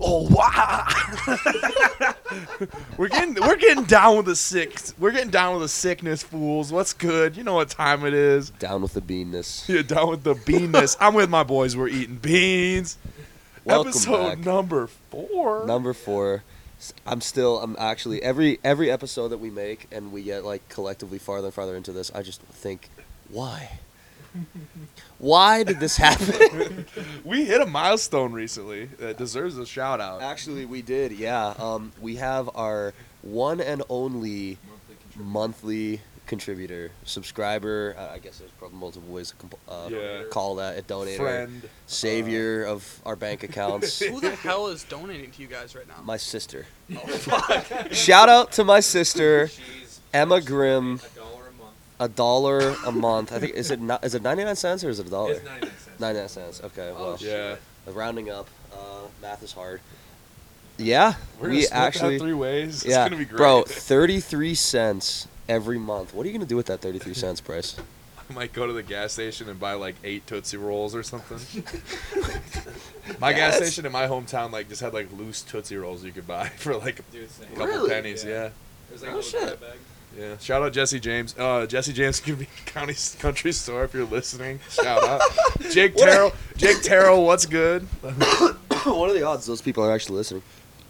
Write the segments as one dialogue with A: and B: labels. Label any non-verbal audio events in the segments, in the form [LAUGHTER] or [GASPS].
A: Oh, [LAUGHS] We're getting we're getting down with the sick. We're getting down with the sickness, fools. What's good? You know what time it is.
B: Down with the beanness.
A: You're down with the
B: [LAUGHS]
A: beanness. I'm with my boys. We're eating beans.
B: Welcome
A: Episode
B: back.
A: number four.
B: Number four. S- I'm still. I'm actually every every episode that we make and we get like collectively farther and farther into this. I just think, why? Why did this happen? [LAUGHS]
A: we hit a milestone recently that deserves a shout out.
B: actually, we did. Yeah. Um, we have our one and only monthly contributor, subscriber. Uh, I guess there's probably multiple ways to comp- uh,
A: Yeah.
B: call that a donator,
A: Friend. Uh.
B: savior of our
A: [LAUGHS]
B: bank accounts.
C: Who the hell is donating to you guys right now?
B: My sister. Shout out to my sister,
D: She's
B: Emma Grimm.
D: a dollar a month.
B: A dollar a month. I think is it not, is it ninety nine cents or is it a dollar?
D: It's 99 cents.
B: Ninety nine cents. Okay.
D: Oh,
B: Well,
D: shit.
A: Yeah.
B: rounding up. Uh, math is hard. Yeah,
A: We're gonna
B: we
A: split
B: actually.
A: that three ways.
B: yeah,
A: It's gonna be great.
B: bro. Thirty three cents every month. What are you gonna do with that thirty three cents, Bryce?
A: I [LAUGHS] might go to the gas station and buy like eight Tootsie Rolls or
B: [LAUGHS]
A: something. my gas
B: Yes.
A: station in my hometown like just had like loose Tootsie Rolls you could buy [LAUGHS] for like a
D: Dude, same.
A: couple
B: Really?
A: pennies.
D: Yeah.
A: Yeah.
D: There's like
B: Oh,
D: a little
B: shit.
D: grab bag.
A: yeah, Shout out Jesse James. Uh, Jesse James [LAUGHS] could be County Country Store if you're listening. Shout
B: [LAUGHS]
A: out Jake
B: What a-
A: Terrell. Jake Terrell, what's good?
B: [COUGHS] what are the odds those people are actually listening?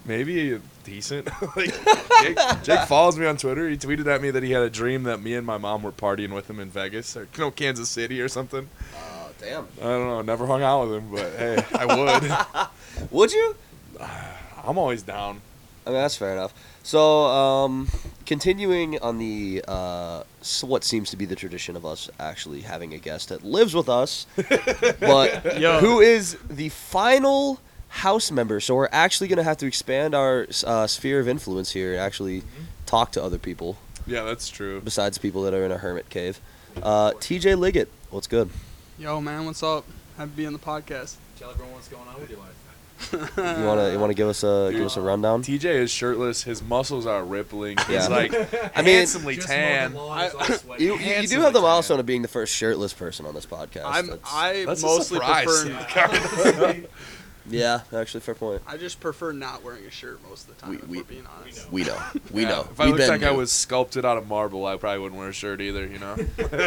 A: Maybe decent. [LAUGHS] like Jake,
B: [LAUGHS]
A: Jake follows me on Twitter. He tweeted at me that he had a dream that me and my mom were partying with him in Vegas or no Kansas City or something.
B: Oh damn!
A: I don't know. Never hung out with him, but hey, I
B: [LAUGHS]
A: would.
B: Would you?
A: I'm always down.
B: I mean, that's fair enough. So, um, continuing on the uh, s- what seems to be the tradition of us actually having a guest that lives with us, but
C: Yo.
B: who is the final house member. So we're actually going to have to expand our uh, sphere of influence here and actually talk to other people
A: Yeah, that's true.
B: besides people that are in a hermit cave. Uh, T.J. Liggett, what's good?
C: Yo, man, what's up? Happy to be on the podcast.
D: Tell everyone what's going on
A: [LAUGHS]
D: with your life.
B: You
C: [LAUGHS]
B: wanna you wanna give us a give
A: Dude.
B: us a rundown?
A: TJ is shirtless. His muscles are rippling.
B: Yeah.
A: He's like
B: [LAUGHS] I mean,
A: handsomely
D: Just mowing
A: tan.
D: the lawn, it's all sweaty.
B: You, you do
A: handsomely
B: have the
A: tan.
B: milestone of being the first shirtless person on this podcast.
C: I'm
B: That's-
C: I
A: That's
C: mostly
A: a surprise.
D: [LAUGHS]
A: [LAUGHS]
C: prefer
B: yeah, actually, fair point.
C: I just prefer not wearing a shirt most of the time.
B: We-
C: if
B: we-
C: we're being honest.
B: We know. We
A: Yeah,
B: know.
A: If I
B: We've
A: looked
B: been
A: like I
B: here.
A: was sculpted out of marble, I probably wouldn't wear a shirt either. You know.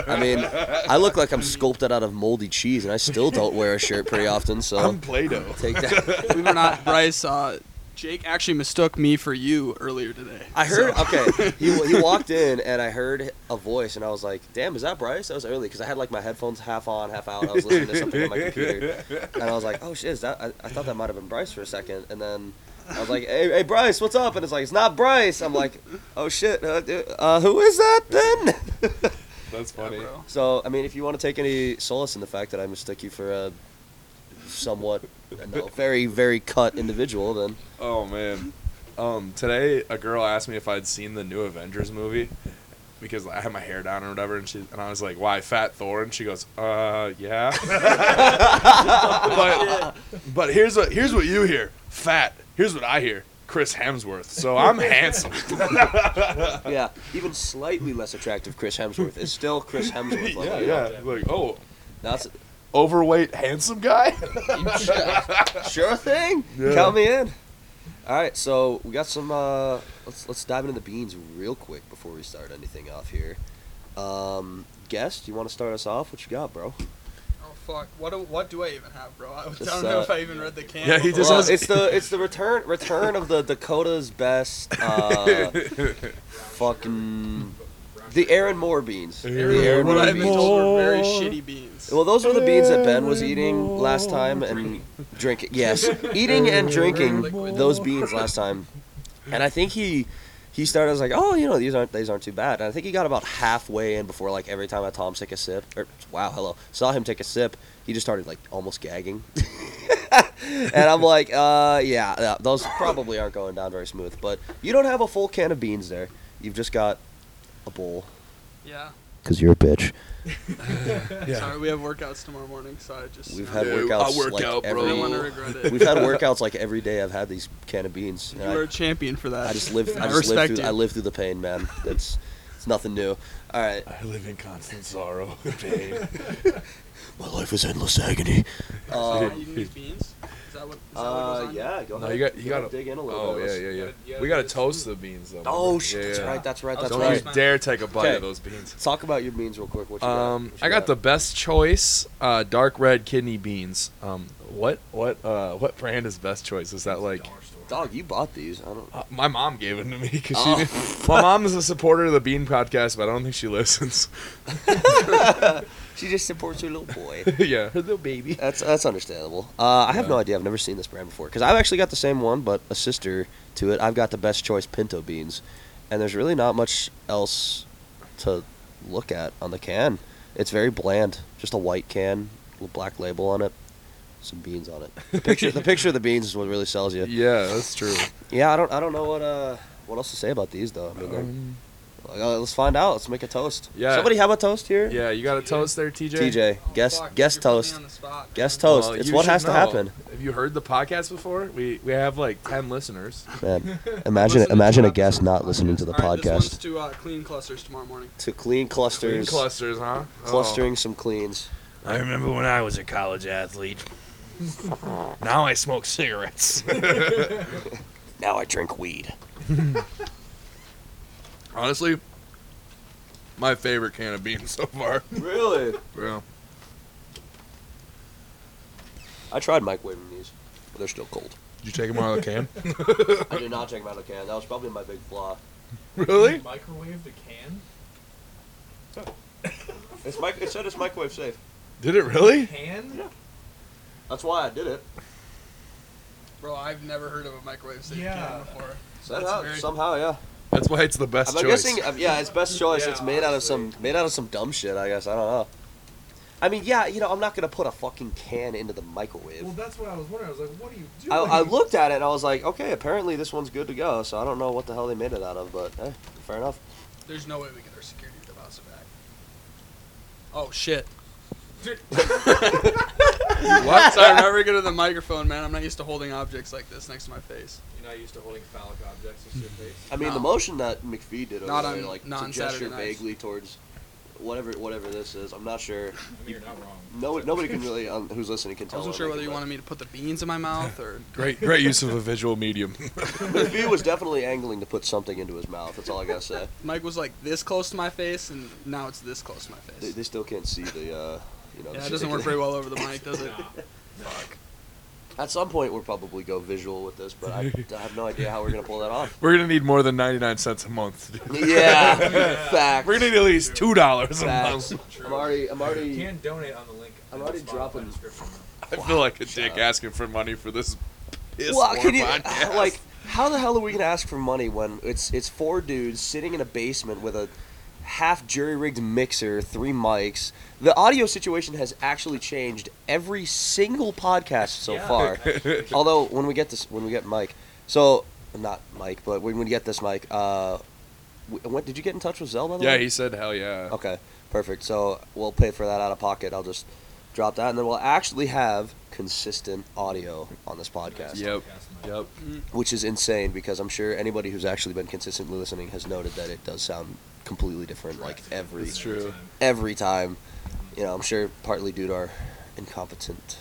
B: I mean, I look like I'm sculpted out of moldy cheese, and I still don't wear a shirt pretty often. So
A: [LAUGHS] I'm Play-Doh.
B: take
A: [LAUGHS]
B: that.
C: We were not. Bryce, uh, Jake actually mistook me for you earlier today.
B: I heard.
C: So-
B: Okay, he he walked in, and I heard a voice, and I was like, "Damn, is that Bryce?" That was early because I had like my headphones half on, half out. I was listening to something on my computer, and I was like, "Oh shit, is that?" I, I thought that might have been Bryce for a second, and then. I was like, hey, hey, Bryce, what's up? And it's like, it's not Bryce. I'm like, oh shit, uh, uh, who is that then?
A: That's
C: Yeah,
A: funny.
C: bro.
B: So, I mean, if you want to take any solace in the fact that I mistook you for a somewhat, no, very, very cut individual, then
A: Oh man. Um, today a girl asked me if I'd seen the new Avengers movie because I had my hair down or whatever, and she and I was like, "Why, Fat Thor?" And she goes, "Uh, yeah." but but here's what here's what you hear, fat. Here's what I hear, Chris Hemsworth. So I'm
B: [LAUGHS]
A: handsome.
B: yeah, even slightly less attractive Chris Hemsworth is still Chris Hemsworth. level, you know?
A: Like oh,
B: That's
A: overweight, handsome
B: [LAUGHS]
A: guy.
B: sure thing.
A: Yeah.
B: Count me in. All right, so we got some. Uh, let's let's dive into the beans real quick before we start anything off here. Um, guest, you want to start us off? What you got, bro?
C: Oh fuck! What do, what do I even have, bro? I
B: Just,
C: don't know
B: uh,
C: if I even read the can.
A: Yeah, he just
B: Well,
A: has-
B: it's the it's the return return of the Dakota's best.
A: [LAUGHS]
B: Uh, fucking the Aaron Moore beans.
A: Aaron
B: The Aaron
C: What
B: Moore
A: Moore
C: I mean,
B: beans.
C: those were very
A: More.
C: shitty beans.
B: Well, those were the beans that Ben was
A: Aaron
B: eating last time and drinking. Yes, eating and drinking
A: Moore.
B: those beans last time, and I think he he started as like, oh, you know, these aren't these aren't too bad. And I think he got about halfway in before like every time I saw him take a sip, or wow, hello, saw him take a sip, he just started like almost gagging. [LAUGHS] and I'm like, uh, yeah, yeah, those probably aren't going down very smooth. But you don't have a full can of beans there. You've just got a bowl.
C: yeah.
B: Cause you're a bitch.
C: Sorry, we have workouts tomorrow morning, so I just.
B: We've had
A: Yeah,
B: workouts
A: I work
B: like
A: out, bro.
C: I
B: every.
C: don't want to regret
A: [LAUGHS]
C: it.
B: We've had workouts like every day. I've had these can of beans.
C: You
B: and I-
C: were a champion for that.
B: I just live. I
C: I
B: just live
C: respect
B: through.
C: you.
B: I live through the pain, man. That's it's nothing new. All right.
A: I live in constant
B: [LAUGHS]
A: sorrow, and pain.
B: My life is endless agony.
C: Sorry,
A: [LAUGHS]
B: Um, [LAUGHS]
C: you need beans?
D: Is that what? Is that what goes
B: Uh,
D: on?
B: yeah, go
A: No,
B: ahead.
A: you got you
B: Go
A: got
B: ahead, dig in a little
A: Oh
B: bit.
A: yeah,
B: Let's-
A: yeah,
D: You
A: yeah.
D: gotta- you
A: we
D: gotta
A: gotta
D: do this
A: toast the beans though.
B: Oh
A: remember?
B: shit!
A: Yeah,
B: that's
A: yeah.
B: right. That's right.
D: Don't
B: That's
A: Don't
B: right.
A: you dare take a bite
B: Okay.
A: of those beans.
B: Talk about your beans real quick. What you got?
A: Um,
B: What you
A: I got the best choice, uh, dark red kidney beans. Um, what what uh, what brand is best choice? Is that like
D: [LAUGHS] Dollar store.
B: dog. You bought these. I don't.
A: uh, my mom gave it to me because
B: Oh.
A: she. [LAUGHS] my mom is a supporter of the Bean Podcast, but I don't think she listens. [LAUGHS]
B: She just supports her little
A: [LAUGHS]
B: boy.
A: yeah, her little baby.
B: That's that's understandable. Uh, I have
A: Yeah.
B: no idea. I've never seen this brand before because I've actually got the same one, but a sister to it. I've got the best choice pinto beans, and there's really not much else to look at on the can. It's very bland, just a white can with a black label on it, some beans on it. The picture, the picture of the beans is what really
A: [LAUGHS]
B: sells you.
A: Yeah, that's true.
B: Yeah, I don't I don't know what uh what else to say about these though. I mean, they're-
A: Um,
B: uh, let's find out. Let's make a toast.
A: Yeah.
B: Somebody have a toast here.
A: yeah, you got a toast there, TJ.
B: TJ,
D: Oh,
B: guess
D: fuck,
B: guess
D: you're putting me
B: toast.
D: on the spot, man.
B: Guess toast.
A: Well,
B: it's
A: you
B: what
A: should
B: has to
A: know.
B: happen. [LAUGHS]
A: Have you heard the podcast before? We we have like ten listeners.
B: Man, imagine
C: Listen to
B: imagine
C: two
B: a guest
C: episodes of
B: not
C: the
B: listening to the
C: All right, this one's
B: podcast.
C: to uh, clean clusters tomorrow morning.
B: To clean
A: Clean
B: clusters,
A: clusters, huh? Oh.
B: clustering some cleans.
E: I remember when I was a college athlete. now I smoke cigarettes.
A: Oh. [LAUGHS]
B: Now I drink weed.
A: Honestly, my favorite can of beans so far.
B: Really?
A: Yeah.
B: I tried microwaving these, but they're still cold.
A: Did you take them out of the can?
B: [LAUGHS] I did not take them out of the can. That was probably my big flaw.
A: really?
D: Microwave the can.
B: [LAUGHS] It's mic- it said it's microwave safe.
A: Did it really?
D: Can.
B: That's why I did it.
C: Bro, I've never heard of a microwave safe
D: Yeah.
C: can before.
B: Somehow,
C: very-
B: somehow yeah.
A: That's why it's the best
B: I'm
A: choice.
B: guessing, uh, yeah,
A: [LAUGHS]
B: it's best choice.
D: Yeah,
B: it's made out of some made out of some dumb shit. I guess I don't know. I mean, yeah, you know, I'm not gonna put a fucking can into the microwave.
D: Well, that's what I was wondering. I was like, what are you doing?
B: I, I looked at it and I was like, okay, apparently this one's good to go. So I don't know what the hell they made it out of, but eh, fair enough.
C: There's no way we get our security deposit back.
B: [LAUGHS]
C: Oh shit!
A: what?
C: [LAUGHS] Sorry, I'm never good at the microphone, man. I'm not used to holding objects like this next to my face.
D: You're not used to holding phallic objects in your face.
B: I mean,
C: No.
B: the motion that McPhee did over
C: Not
B: there,
C: on-
B: like
C: not
B: to
C: on
B: gesture
C: Saturday nights.
B: vaguely towards whatever whatever this is. I'm not sure.
D: I mean, you're not wrong.
B: No, nobody can really um, who's listening can
C: I
B: tell.
C: wasn't
B: what
C: sure
B: I'm
C: whether you
B: thinking,
C: wanted me to put the beans in my mouth or. [LAUGHS]
A: Great, great use of a visual medium. [LAUGHS]
B: but [LAUGHS] McPhee was definitely angling to put something into his mouth. That's all I gotta say.
C: Mike was like this close to my face, and now it's this close to my
B: They,
C: face.
B: they still can't see the. Uh, you know,
C: Yeah,
B: the
C: it doesn't
B: [LAUGHS] particular-
C: work very well over the mic, does it?
D: Nah.
B: At some point, we'll probably go visual with this, but I, I have no idea how we're gonna pull that
C: [LAUGHS]
B: off.
A: We're gonna need more than ninety nine cents a month. to do that.
B: Yeah, [LAUGHS]
A: [LAUGHS]
B: facts.
A: We're gonna need at least two dollars a
B: facts.
A: month.
D: True.
B: I'm already, I'm
D: You
B: already.
D: can donate on the link.
B: I'm
D: in the
B: already
D: Spotify
B: dropping-
D: description.
A: I feel like a dick
B: up.
A: asking for money for this piss
B: Well,
A: poor
B: can you
A: podcast.
B: [LAUGHS] like how the hell are we gonna ask for money when it's it's four dudes sitting in a basement with a half jury rigged mixer, three mics. The audio situation has actually changed every single podcast so
A: [LAUGHS]
D: Yeah.
B: far. Although when we get this, when we get Mike, so not Mike, but when we get this Mike, uh, w- when, did you get in touch with Zell by
A: [LAUGHS]
B: the
A: yeah,
B: way?
A: he said hell yeah.
B: Okay, perfect. So we'll pay for that out of pocket. I'll just drop that, and then we'll actually have consistent audio on this podcast
A: Yep. Yep.
B: which is insane because I'm sure anybody who's actually been consistently listening has noted that it does sound completely different, like every
A: It's true.
B: every time. You know, I'm sure partly due to our incompetent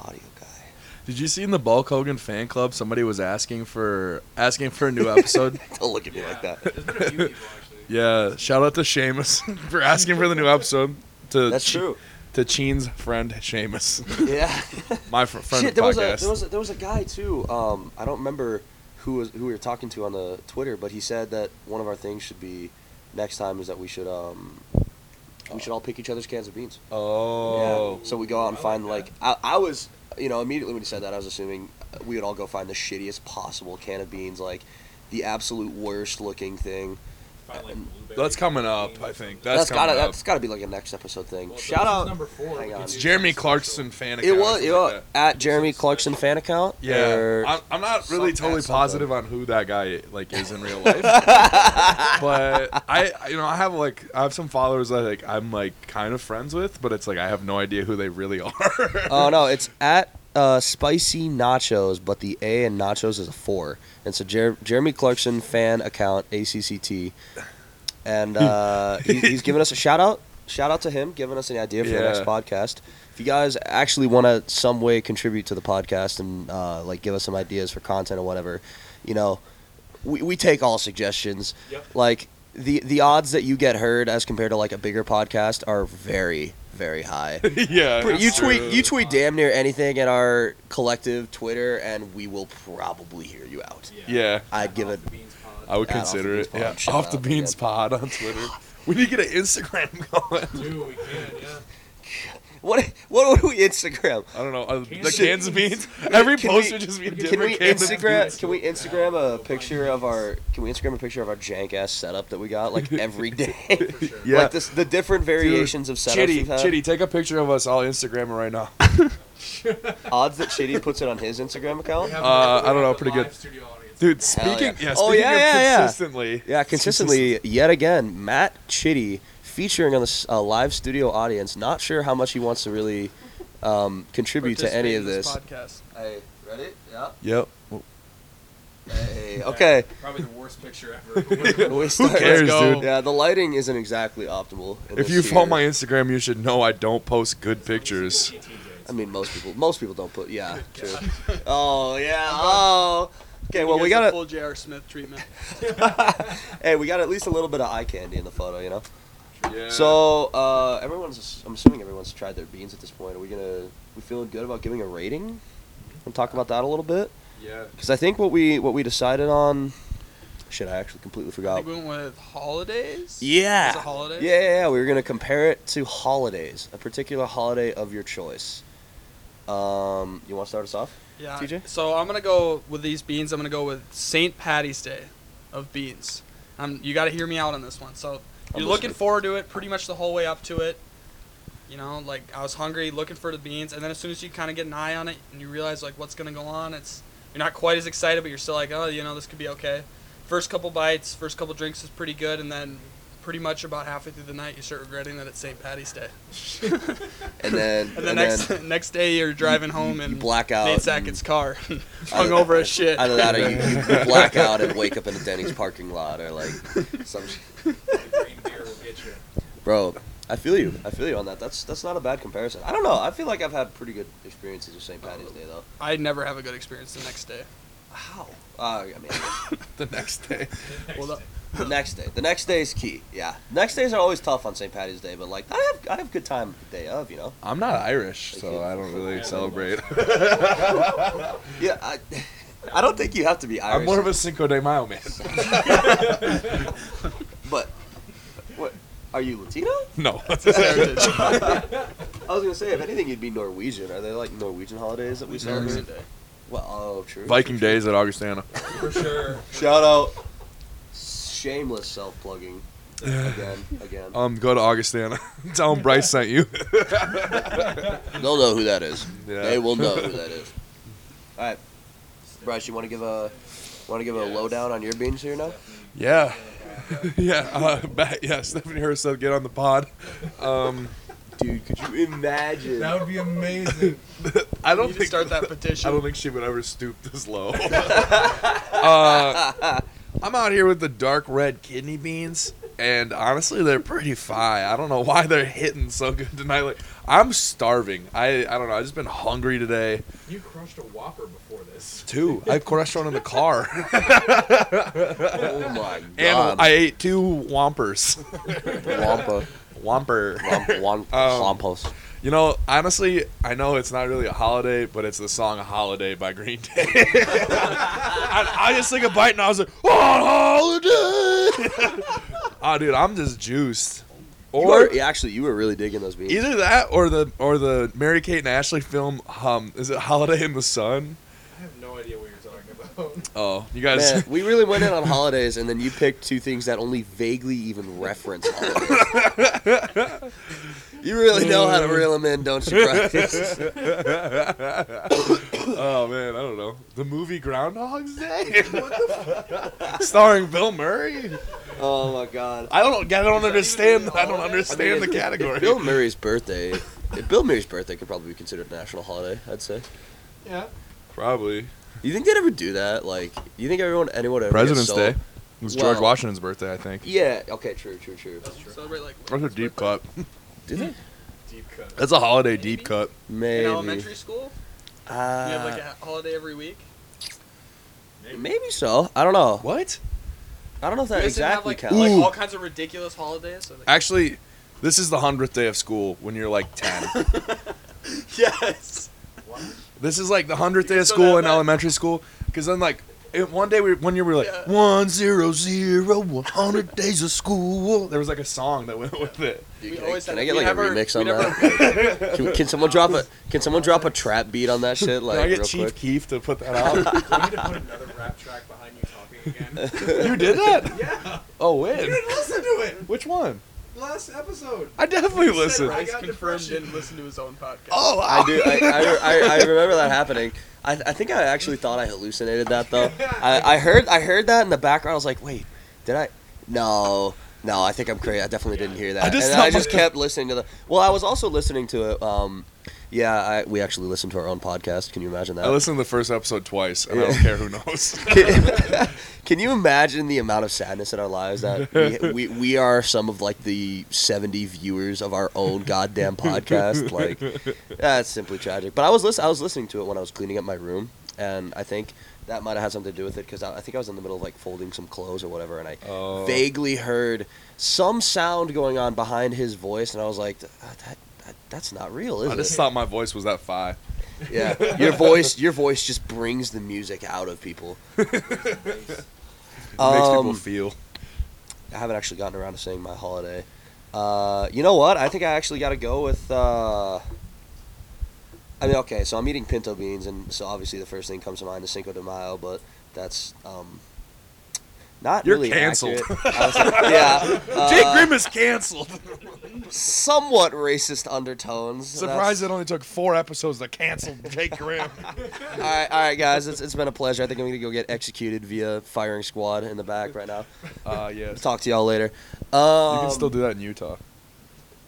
B: audio guy. [LAUGHS]
A: Did you see in the Bulk Hogan fan club somebody was asking for asking for a
B: [LAUGHS]
A: new episode?
B: Don't look at me
A: [LAUGHS]
B: like that.
D: There's been [LAUGHS] a few people actually.
A: yeah. Shout out to Seamus [LAUGHS] for asking for the new episode. To
B: That's
A: Che-
B: true.
A: To Cheen's friend Seamus. [LAUGHS]
B: [LAUGHS] Yeah.
A: My fr- friend
B: Shit,
A: of the
B: there was a
A: podcast.
B: there was a, there was a guy too. Um, I don't remember who was who we were talking to on the Twitter, but he said that one of our things should be next time is that we should um. We should all pick each other's cans of beans.
A: oh.
B: So we go out and
D: I
B: find
D: like
B: like I, I was you know immediately when he said that I was assuming we would all go find the shittiest possible can of beans like the absolute worst looking thing.
D: Find, like, blueberry
A: That's coming up,
D: cream or
A: I think.
D: something.
A: That's,
B: that's gotta
A: coming up.
B: that's gotta be like a next episode thing.
D: Well, so
B: Shout
D: this is
B: out
D: number four.
B: hang
D: We
B: on.
D: could
A: It's
D: do
A: Jeremy
D: something
A: Clarkson
D: special.
A: fan account. or
B: it was
A: something
B: it
A: like
B: was at Jeremy Clarkson fan account.
A: that. Yeah,
B: or-
A: I'm, I'm not really
B: some-
A: totally
B: at something.
A: positive on who that guy like is in real
B: [LAUGHS]
A: life, but I, you know, I have like I have some followers that like I'm like kind of friends with, but it's like I have no idea who they really [LAUGHS] are.
B: oh no, it's at uh, spicy nachos, but the A in nachos is a four, and so Jer- Jeremy Clarkson fan account ACCT, and uh, he, he's giving us a shout out. shout out to him giving us an idea for the next
A: Yeah.
B: podcast. If you guys actually want to some way contribute to the podcast and uh, like give us some ideas for content or whatever, you know, we, we take all suggestions.
D: Yep.
B: Like the the odds that you get heard as compared to like a bigger podcast are very very high.
A: yeah.
B: But you
A: it's
B: tweet
A: true.
B: you tweet damn near anything at our collective Twitter and we will probably hear you out.
A: Yeah.
B: I'd give it
D: Off the beans pod.
A: I would
B: At Off the
A: consider
B: Beans
A: it.
B: Pod.
A: Yeah.
B: Shout
A: Off the
B: out
A: Beans
B: again.
A: Pod on Twitter. We need to get an Instagram [LAUGHS] going.
D: Dude, we can, yeah.
B: what what would we Instagram?
A: I don't know. uh, the
D: Cans
A: cans of
D: of
A: beans. Every
B: [LAUGHS] Can
A: post
B: we-
A: would just be a
B: Can
A: different
B: we
A: can of
B: Instagram?
A: beans.
B: Can we Instagram a picture of our? Can we Instagram a picture of our jank ass setup that we got
A: [LAUGHS]
B: like every day?
A: Yeah.
B: Like this, the different variations of setups
A: Chitty,
B: we've had.
A: Chitty, take a picture of us. I'll Instagram it right now. [LAUGHS]
B: Odds that Chitty puts it on his Instagram account.
D: We have-
A: Uh,
D: we
A: I don't
D: have
A: know,
D: the
A: pretty
D: live
A: good.
D: Studio audience.
A: Dude,
B: Hell yeah.
A: speaking, yeah. speaking
B: Oh, yeah,
A: of
B: yeah, yeah.
A: consistently.
B: Yeah, consistently yet again, Matt Chitty featuring on this uh, live studio audience. Not sure how much he wants to really um, contribute to any of this.
C: podcast.
B: Hey, ready? Yeah.
A: Yep.
B: Hey.
A: [LAUGHS]
B: Okay.
D: Probably the worst picture ever. [LAUGHS]
B: We start-
A: cares,
B: let's go.
A: dude?
B: Yeah, the lighting isn't exactly optimal. in
A: If
B: this
A: you follow
B: here.
A: my Instagram, you should know I don't post good [LAUGHS] pictures.
B: I mean, most people. Most people don't put. Yeah.
C: [LAUGHS]
B: True. Oh yeah. Oh. Okay. Well,
C: You
B: we
C: guys
B: got
C: have full J.R. Smith treatment.
B: a. [LAUGHS] hey, we got at least a little bit of eye candy in the photo, you know.
A: Yeah.
B: So uh, everyone's. I'm assuming everyone's tried their beans at this point. Are we gonna? We feeling good about giving a rating? We'll talk about that a little bit
A: yeah.
B: because I think what we what we decided on. Shit, I actually completely
C: I
B: forgot.
C: think we went with holidays.
B: Oh. Yeah.
C: Was it holidays?
B: Yeah, yeah, yeah. We were gonna compare it to holidays, a particular holiday of your choice. Um, you want to start us off?
C: Yeah.
B: TJ?
C: So I'm gonna go with these beans. I'm gonna go with St. Patty's Day, of beans. Um, you got to hear me out on this one. So
B: I'm
C: you're looking
B: listening.
C: forward to it pretty much the whole way up to it. You know, like I was hungry, looking for the beans, and then as soon as you kind of get an eye on it and you realize like what's gonna go on, it's you're not quite as excited, but you're still like, oh, you know, this could be okay. First couple bites, first couple drinks is pretty good, and then pretty much about halfway through the night, you start regretting that it's St. Patty's Day.
B: [LAUGHS] And then
C: [LAUGHS] And the next next day, you're driving home and
B: you black out.
C: Nate
B: and-
C: Sackett's car, [LAUGHS] hungover as shit.
B: Either that or you, [LAUGHS] you black out and wake up in a Denny's parking lot or like
A: [LAUGHS]
B: some sh-
D: the green beer will get you.
B: Bro, I feel you. I feel you on that. That's that's not a bad comparison. I don't know. I feel like I've had pretty good experiences with St. Patty's Day though.
C: [LAUGHS] I never have a good experience the next day.
B: How? Uh, I mean,
A: The next day.
C: Well, the-
B: the next day. The next day is key. Yeah. Next days are always tough on St. Patty's Day, but like I have I have good time the day of, you know.
A: I'm not Irish, so I don't really celebrate.
D: [LAUGHS]
B: [LAUGHS]
A: [LAUGHS]
B: Yeah, I I don't think you have to be Irish.
A: I'm more of a Cinco de Mayo man.
B: but what are you Latino?
A: [LAUGHS] [LAUGHS] No.
B: I was gonna say, if anything, you'd be Norwegian. Are there like Norwegian holidays that we celebrate? Mm-hmm. Well, oh,
A: [LAUGHS]
B: true.
A: Viking days at Augustana.
D: For sure.
B: Shout out. Shameless self plugging. Again,
A: [LAUGHS]
B: again.
A: Um, go to Augustana. [LAUGHS] Tell them Bryce sent you. [LAUGHS]
B: They'll know who that is.
A: Yeah.
B: They will know [LAUGHS] who that is. All right, Bryce, you want to give a want to give a lowdown on your beans here now?
A: Yeah. [LAUGHS] yeah. Uh, back, yeah. Stephanie Hurst said, get on the pod. Um,
B: Dude, could you imagine?
D: would be amazing.
A: I
C: I
A: don't
C: need to
A: think [LAUGHS]
C: start that
A: I
C: petition.
A: don't think she would ever stoop this low. uh, I'm out here with the dark red kidney beans, and honestly, they're pretty fine. I don't know why they're hitting so good tonight. Like, I'm starving. I I don't know. I've just been hungry today
D: You crushed a Whopper before this.
A: too. I have cholesterol in the car,
B: Oh my
A: and
B: god!
A: I ate two Whompers.
B: Wampa,
A: Whomper.
B: wamp, wamp,
A: Um,
B: wampos.
A: You know, honestly, I know it's not really a holiday, but it's the song "Holiday" by Green Day. [LAUGHS] I, I just took a bite and I was like, "On holiday." [LAUGHS] oh, dude, I'm just juiced.
B: You
A: Or
B: were- yeah, actually, you were really digging those beans.
A: either that, or the or the Mary Kate and Ashley film. Um, is it "Holiday in the Sun"?
D: I have no idea what you're talking about. [LAUGHS]
A: Oh, you guys. [LAUGHS]
B: Man, we really went in on holidays, and then you picked two things that only vaguely even reference holidays. you really know how to
A: Mm.
B: reel them in, don't you, Bryce?
A: [LAUGHS] oh man, I don't know. The movie Groundhog's Day, [LAUGHS] starring Bill Murray.
B: oh my god!
A: I don't. I don't understand. I don't
B: I
A: understand
B: mean,
A: the
B: if- if
A: category.
B: Bill Murray's birthday. If Bill Murray's birthday could probably be considered a national holiday, I'd say.
D: Yeah.
A: Probably.
B: You think they'd ever do that? Like, you think everyone, anyone ever? gets
A: President's
B: so-
A: Day. It was George
B: Wow.
A: Washington's birthday, I think.
B: Yeah. Okay. True. True. True.
C: Celebrate like
A: That's a deep cut.
B: Do they?
D: Deep cut.
A: That's a holiday deep cut.
B: Maybe.
C: In elementary school,
B: Uh,
C: you have like a holiday every week.
B: maybe so. I don't know.
A: What?
B: I don't know if
C: You
B: that
C: guys didn't have,
B: exactly
C: like,
B: counts.
C: like
A: Ooh.
C: all kinds of ridiculous holidays. So like,
A: Actually, this is the hundredth day of school when you're like ten. [LAUGHS]
C: yes.
D: What?
A: This is like the hundredth day of
C: So
A: school
C: that-
A: in elementary school. Because then, like, it, one day we one year we were like
C: Yeah.
A: one zero zero one hundred days of school. There was like a song that went with [LAUGHS] it.
B: Dude,
C: we
B: can, I-
C: always
B: can
C: had-
B: I get
C: we
B: like a
C: never-
B: remix
C: we
B: on
C: [LAUGHS] never-
B: that? Can, can someone drop a Can someone drop a trap beat on that shit?
A: [LAUGHS]
B: Like
A: Can I
B: real
A: get Chief
B: quick.
A: Keef to put that out?
D: Do we need to put another rap track behind you talking
A: [LAUGHS]
B: [LAUGHS]
D: again?
A: you did [LAUGHS] that?
D: yeah.
A: Oh,
D: You
A: when?
D: didn't listen to it
A: Which one?
D: last episode.
A: I definitely
D: You said it
A: listened.
D: right.
C: Bryce
D: got
C: confirmed
D: depression.
C: didn't listen to his own podcast.
A: Oh,
B: I do. I, I, I, I remember that happening. I, I think I actually thought I hallucinated that though. I, I heard I heard that in the background. I was like, wait, did I? No, no. I think I'm crazy. I definitely didn't hear that.
A: I just
B: and I
A: thought-
B: just kept listening to the. Well, I was also listening to it. Um, yeah, I, we actually listened to our own podcast. Can you imagine that?
A: I listened to the first episode twice, and I don't
B: Yeah.
A: care who
B: [LAUGHS]
A: knows.
B: Can, can you imagine the amount of sadness in our lives that we, we, we are some of like the 70 viewers of our own goddamn podcast? Like that's simply tragic. But I was listen, I was listening to it when I was cleaning up my room, and I think that might have had something to do with it because I, I think I was in the middle of like folding some clothes or whatever, and I
A: Oh.
B: vaguely heard some sound going on behind his voice, and I was like, "Ah, that, that that's not real, is
A: I
B: it?
A: just thought my voice was that fi.
B: yeah, [LAUGHS] your voice your voice just brings the music out of [LAUGHS] people.
A: It makes people
B: Um,
A: feel.
B: I haven't actually gotten around to saying my holiday. Uh, you know what? I think I actually got to go with. Uh, I mean, okay, so I'm eating pinto beans, and so obviously the first thing comes to mind is Cinco de Mayo, but that's um, not
A: You're
B: really
A: canceled. [LAUGHS]
B: accurate. I was like, yeah,
A: Jake
B: uh,
A: Grimm is
B: [LAUGHS]
A: canceled.
B: somewhat racist undertones.
A: Surprised
B: That's-
A: it only took four episodes to cancel Jake Grimm.
B: All right, all right, guys, it's, it's been a pleasure. I think I'm gonna go get executed via firing squad in the back right now.
A: [LAUGHS] Uh, yes.
B: Talk to y'all later.
A: You
B: Um,
A: can still do that in Utah.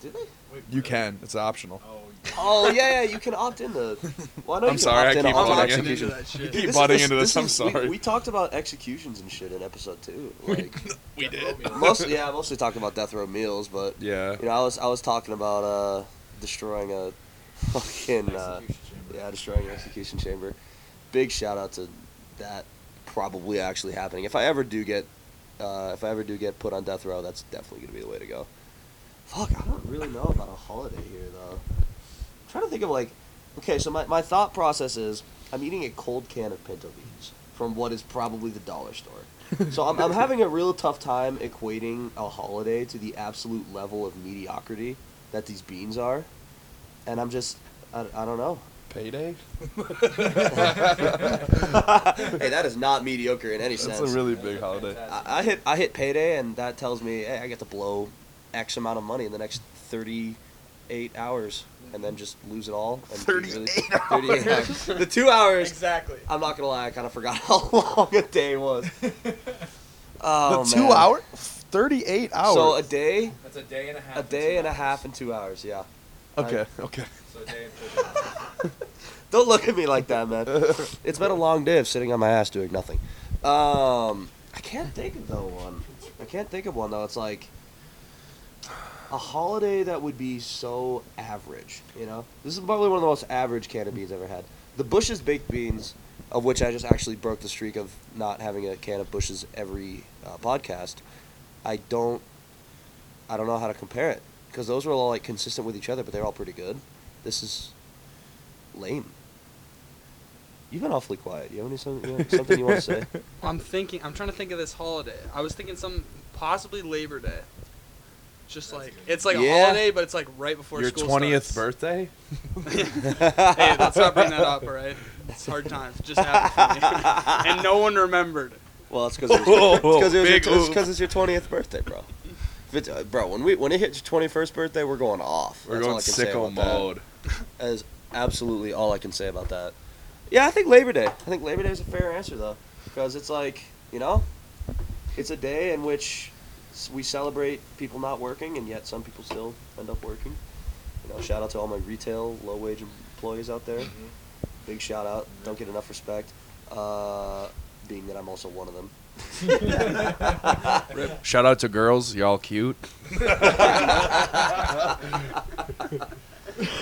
B: Did they?
D: Wait,
A: You
D: really?
A: can. It's optional.
D: Oh,
B: Oh yeah, yeah, you can opt into. Well, I know
A: I'm
B: you can
A: sorry, I
B: opt in
A: keep
B: on
A: talking.
B: execution.
C: that [LAUGHS] shit.
A: Keep
B: is-
A: butting into
B: this
A: this. I'm
B: is- we-
A: sorry.
B: We, talked about executions and shit in episode two. Like
A: [LAUGHS] We did.
B: mostly, yeah, mostly talking about death row meals, but
A: Yeah.
B: you know, I was I was talking about uh, destroying a [LAUGHS] fucking uh,
D: Execution chamber.
B: yeah, destroying an execution chamber. Big shout out to that probably actually happening. If I ever do get uh, if I ever do get put on death row, that's definitely gonna be the way to go. Fuck, I don't really know about a holiday here though. I'm trying to think of like okay, so my, my thought process is I'm eating a cold can of pinto beans from what is probably the dollar store. So I'm, I'm having a real tough time equating a holiday to the absolute level of mediocrity that these beans are. And I'm just, I, I don't know.
A: Payday?
B: [LAUGHS] hey, that is not mediocre in any
A: That's
B: sense.
A: a really big holiday.
B: I, I hit I hit payday, and that tells me hey, I get to blow X amount of money in the next thirty eight hours, and then just lose it all. And be really- 38 [LAUGHS] hours. The two hours.
C: Exactly.
B: I'm not gonna lie, I kind of forgot [LAUGHS] how long a day was.
A: [LAUGHS]
B: Oh,
A: the two
B: man.
A: hour? 38 hours.
B: So a day,
D: That's a day and a half.
B: a
D: and two
B: day and a
D: hours.
B: half, and two hours. Yeah.
A: okay,
B: [LAUGHS]
A: okay.
D: So a day and two hours.
B: Don't look at me like that, man. It's been a long day of sitting on my ass doing nothing. Um, I can't think of though one. I can't think of one though. It's like a holiday that would be so average. You know, this is probably one of the most average can of beans I've ever had. The Bush's baked beans, of which I just actually broke the streak of not having a can of Bush's every uh, podcast. I don't. I don't know how to compare it because those were all like consistent with each other, but they're all pretty good. This is lame. You've been awfully quiet. You have any some, you have something you want to
A: [LAUGHS]
B: say?
C: I'm thinking. I'm trying to think of this holiday. I was thinking some possibly Labor Day. Just
D: That's
C: like
D: good.
C: it's like
B: Yeah.
C: a holiday, but it's like right before
A: Your
C: school
A: 20th
C: starts.
A: birthday?
C: [LAUGHS] Hey, let's not bring that up, all right? It's hard times. Just happened
B: [LAUGHS]
C: for me, and no one remembered.
B: [LAUGHS] Well, it's because it was,
A: Whoa,
B: it's 'cause it was your-
A: big
B: it's
A: oof.
B: 'cause it's your twentieth birthday, bro. If it's, uh, bro, when we when it hits your twenty first birthday, we're going off.
A: We're
B: That's all
A: going
B: I can say
A: sicko
B: about that.
A: mode.
B: That is absolutely all I can say about that. Yeah, I think Labor Day. I think Labor Day is a fair answer though, because it's like you know, it's a day in which s- we celebrate people not working, and yet some people still end up working. You know, shout out to all my retail low wage employees out there. Big shout out. Don't get enough respect. Uh, being that I'm also one of them. [LAUGHS]
A: Shout out to girls, y'all cute.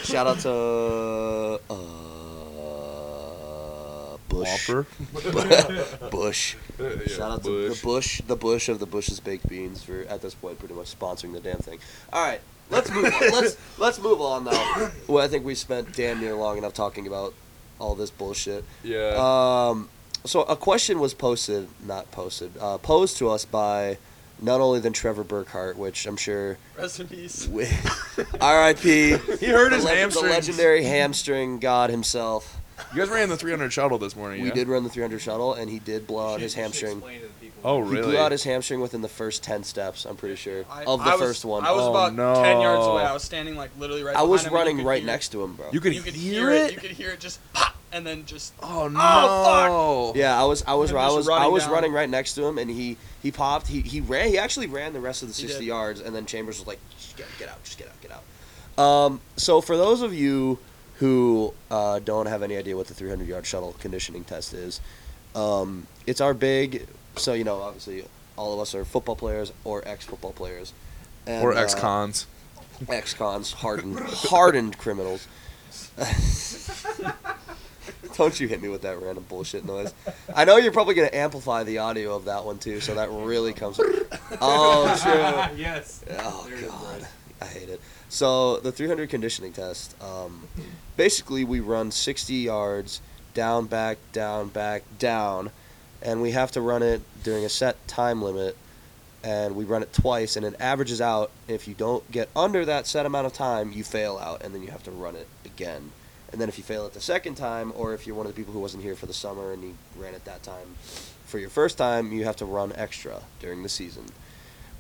B: Shout out to uh, Bush.
A: Whopper.
B: [LAUGHS] Bush. Shout out to the Bush, the Bush of the Bush's baked beans for at this point pretty much sponsoring the damn thing. All right, let's move. on. Let's let's move on now. Well, I think we spent damn near long enough talking about all this bullshit.
A: Yeah.
B: Um, so a question was posted, not posted, uh, posed to us by none only than Trevor Burkhart, which I'm sure.
C: Rest in peace.
B: we- R.I.P.
A: he hurt
B: The,
A: his
B: leg- the
A: hamstring.
B: legendary hamstring god himself.
A: You guys ran the 300 shuttle this morning.
B: uh, We
A: yeah?
B: did run the 300 shuttle, and he did blow out his hamstring.
A: Oh,
B: He
A: really?
B: blew out his hamstring within the first ten steps. I'm pretty sure
C: I-
B: of the
C: I was-
B: first one.
C: I was
A: Oh,
C: about ten yards
A: no.
C: away. I was standing like literally right.
B: I was
C: behind him, and
B: running
C: you could
B: right
C: hear-
B: next to him, bro.
A: you could,
C: You could
A: hear, it.
C: You could hear it just pop, and then just
A: Oh no!
C: Oh,
B: yeah, I was, I was,
C: I'm
B: I
C: just
B: was, I
C: running
B: was
C: down.
B: running right next to him, and he, he popped. He, he ran. He actually ran the rest of the
C: He
B: sixty
C: did.
B: yards, and then Chambers was like, "Just "Get, get out, just get out, get out." Um, so for those of you who uh, don't have any idea what the 300 yard shuttle conditioning test is, um, it's our big. So you know, obviously, all of us are football players or ex football players, and,
A: Or
B: uh,
A: ex-cons.
B: ex-cons, hardened, hardened criminals. Don't you hit me with that random bullshit noise. I know you're probably gonna amplify the audio of that one too, so that really comes. [LAUGHS]
D: [LAUGHS]
B: Oh, true.
D: yes.
B: Oh
D: There it is,
B: god,
D: Bryce.
B: I hate it. So the 300 conditioning test. Um, basically, we run 60 yards down, back, down, back, down, and we have to run it during a set time limit. And we run it twice, and it averages out. If you don't get under that set amount of time, you fail out, and then you have to run it again. And then if you fail it the second time, or if you're one of the people who wasn't here for the summer and you ran it that time for your first time, you have to run extra during the season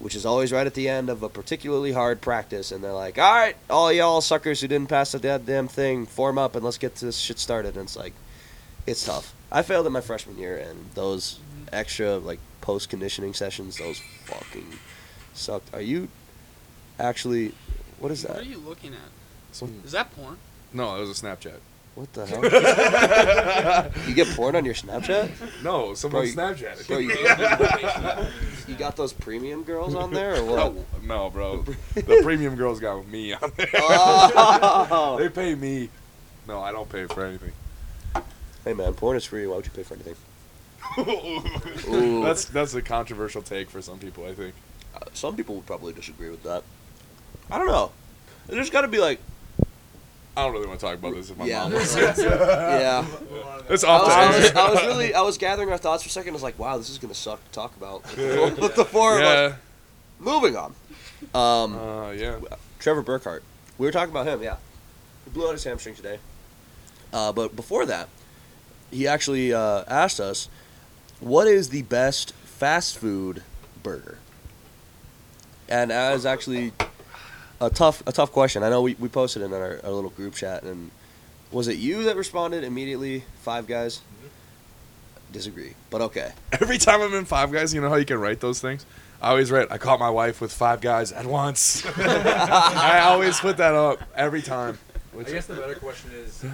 B: which is always right at the end of a particularly hard practice, and they're like, "All right, all y'all suckers who didn't pass the damn thing, form up and let's get this shit started." And it's like, it's tough. I failed in my freshman year, and those extra like post conditioning sessions, those fucking sucked. Are you actually? What is
C: What are
B: that?
C: you looking at?
B: Mm.
A: Some-
C: Is that porn?
A: No, it was a Snapchat.
B: What the hell? [LAUGHS] you get porn on your Snapchat?
A: [LAUGHS] No, someone
B: Bro, you-
A: Snapchatted.
B: Bro, you, [LAUGHS] you got those premium girls on there or what?
A: No, no, bro. The premium girls got me on there.
B: Oh.
A: They pay me. No, I don't pay for anything.
B: [LAUGHS] Hey man, porn is free. Why would you pay for
A: [LAUGHS]
B: anything? Ooh.
A: that's that's a controversial take for some people, I think.
B: Some people would probably disagree with that. I don't know. There's got to be like,
A: I don't really want to talk about this if my
B: yeah, [LAUGHS]
A: mom
B: there's
A: was.
B: like-
A: Uh,
B: yeah.
A: [LAUGHS] It's
B: I
A: off
B: was,
A: the
B: I, was,
A: air.
B: I was really, I was gathering our thoughts for a second. I was like, wow, this is gonna suck to
A: [LAUGHS]
B: talk about [LAUGHS] with the four, with the four of us.
A: Yeah,
B: Moving on. Um,
A: uh, yeah.
B: Trevor Burkhart. We were talking about him. Yeah, he blew out his hamstring today. Uh, but before that, he actually uh, asked us, "What is the best fast food burger?" And that was actually a tough, a tough question. I know we, we posted it in our, our little group chat, and was it you that responded immediately? Five guys. Disagree, but okay.
A: Every time I'm in Five Guys, you know how you can write those things? I always write, I caught my wife with five guys at once. [LAUGHS] I always put that up every time. Which
D: I guess the better question is, uh,